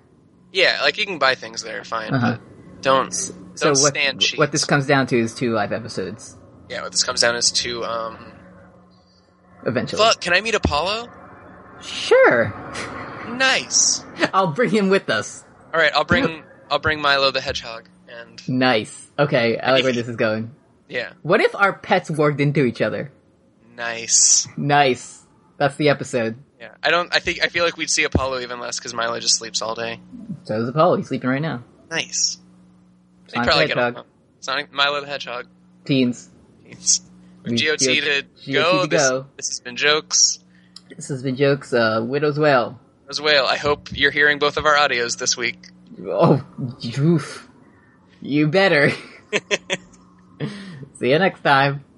Speaker 3: yeah, like you can buy things there, fine,
Speaker 2: Uh-huh.
Speaker 3: but don't.
Speaker 2: So
Speaker 3: Don't
Speaker 2: what
Speaker 3: stand cheats.
Speaker 2: what this comes down to is two live episodes
Speaker 3: Yeah, what this comes down is to um.
Speaker 2: eventually.
Speaker 3: Fuck, can I meet Apollo?
Speaker 2: Sure,
Speaker 3: Nice.
Speaker 2: I'll bring him with us.
Speaker 3: All right, I'll bring I'll bring Milo the Hedgehog, and
Speaker 2: Nice. Okay, I like where this is going.
Speaker 3: yeah,
Speaker 2: What if our pets warged into each other?
Speaker 3: nice.
Speaker 2: Nice. That's the episode.
Speaker 3: Yeah, I don't. I think I feel like we'd see Apollo even less because Milo just sleeps all day.
Speaker 2: So is Apollo. He's sleeping right now.
Speaker 3: Nice. They
Speaker 2: Sonic
Speaker 3: probably
Speaker 2: the
Speaker 3: get
Speaker 2: Hedgehog.
Speaker 3: along. Sonic Milo the Hedgehog.
Speaker 2: Teens.
Speaker 3: He's-
Speaker 2: We-
Speaker 3: GOT to
Speaker 2: GOT
Speaker 3: go.
Speaker 2: to
Speaker 3: this,
Speaker 2: go.
Speaker 3: this has been jokes.
Speaker 2: This has been jokes. Uh, Widow's Whale.
Speaker 3: As well, I hope you're hearing both of our audios this week.
Speaker 2: Oh, oof. You better. See you next time.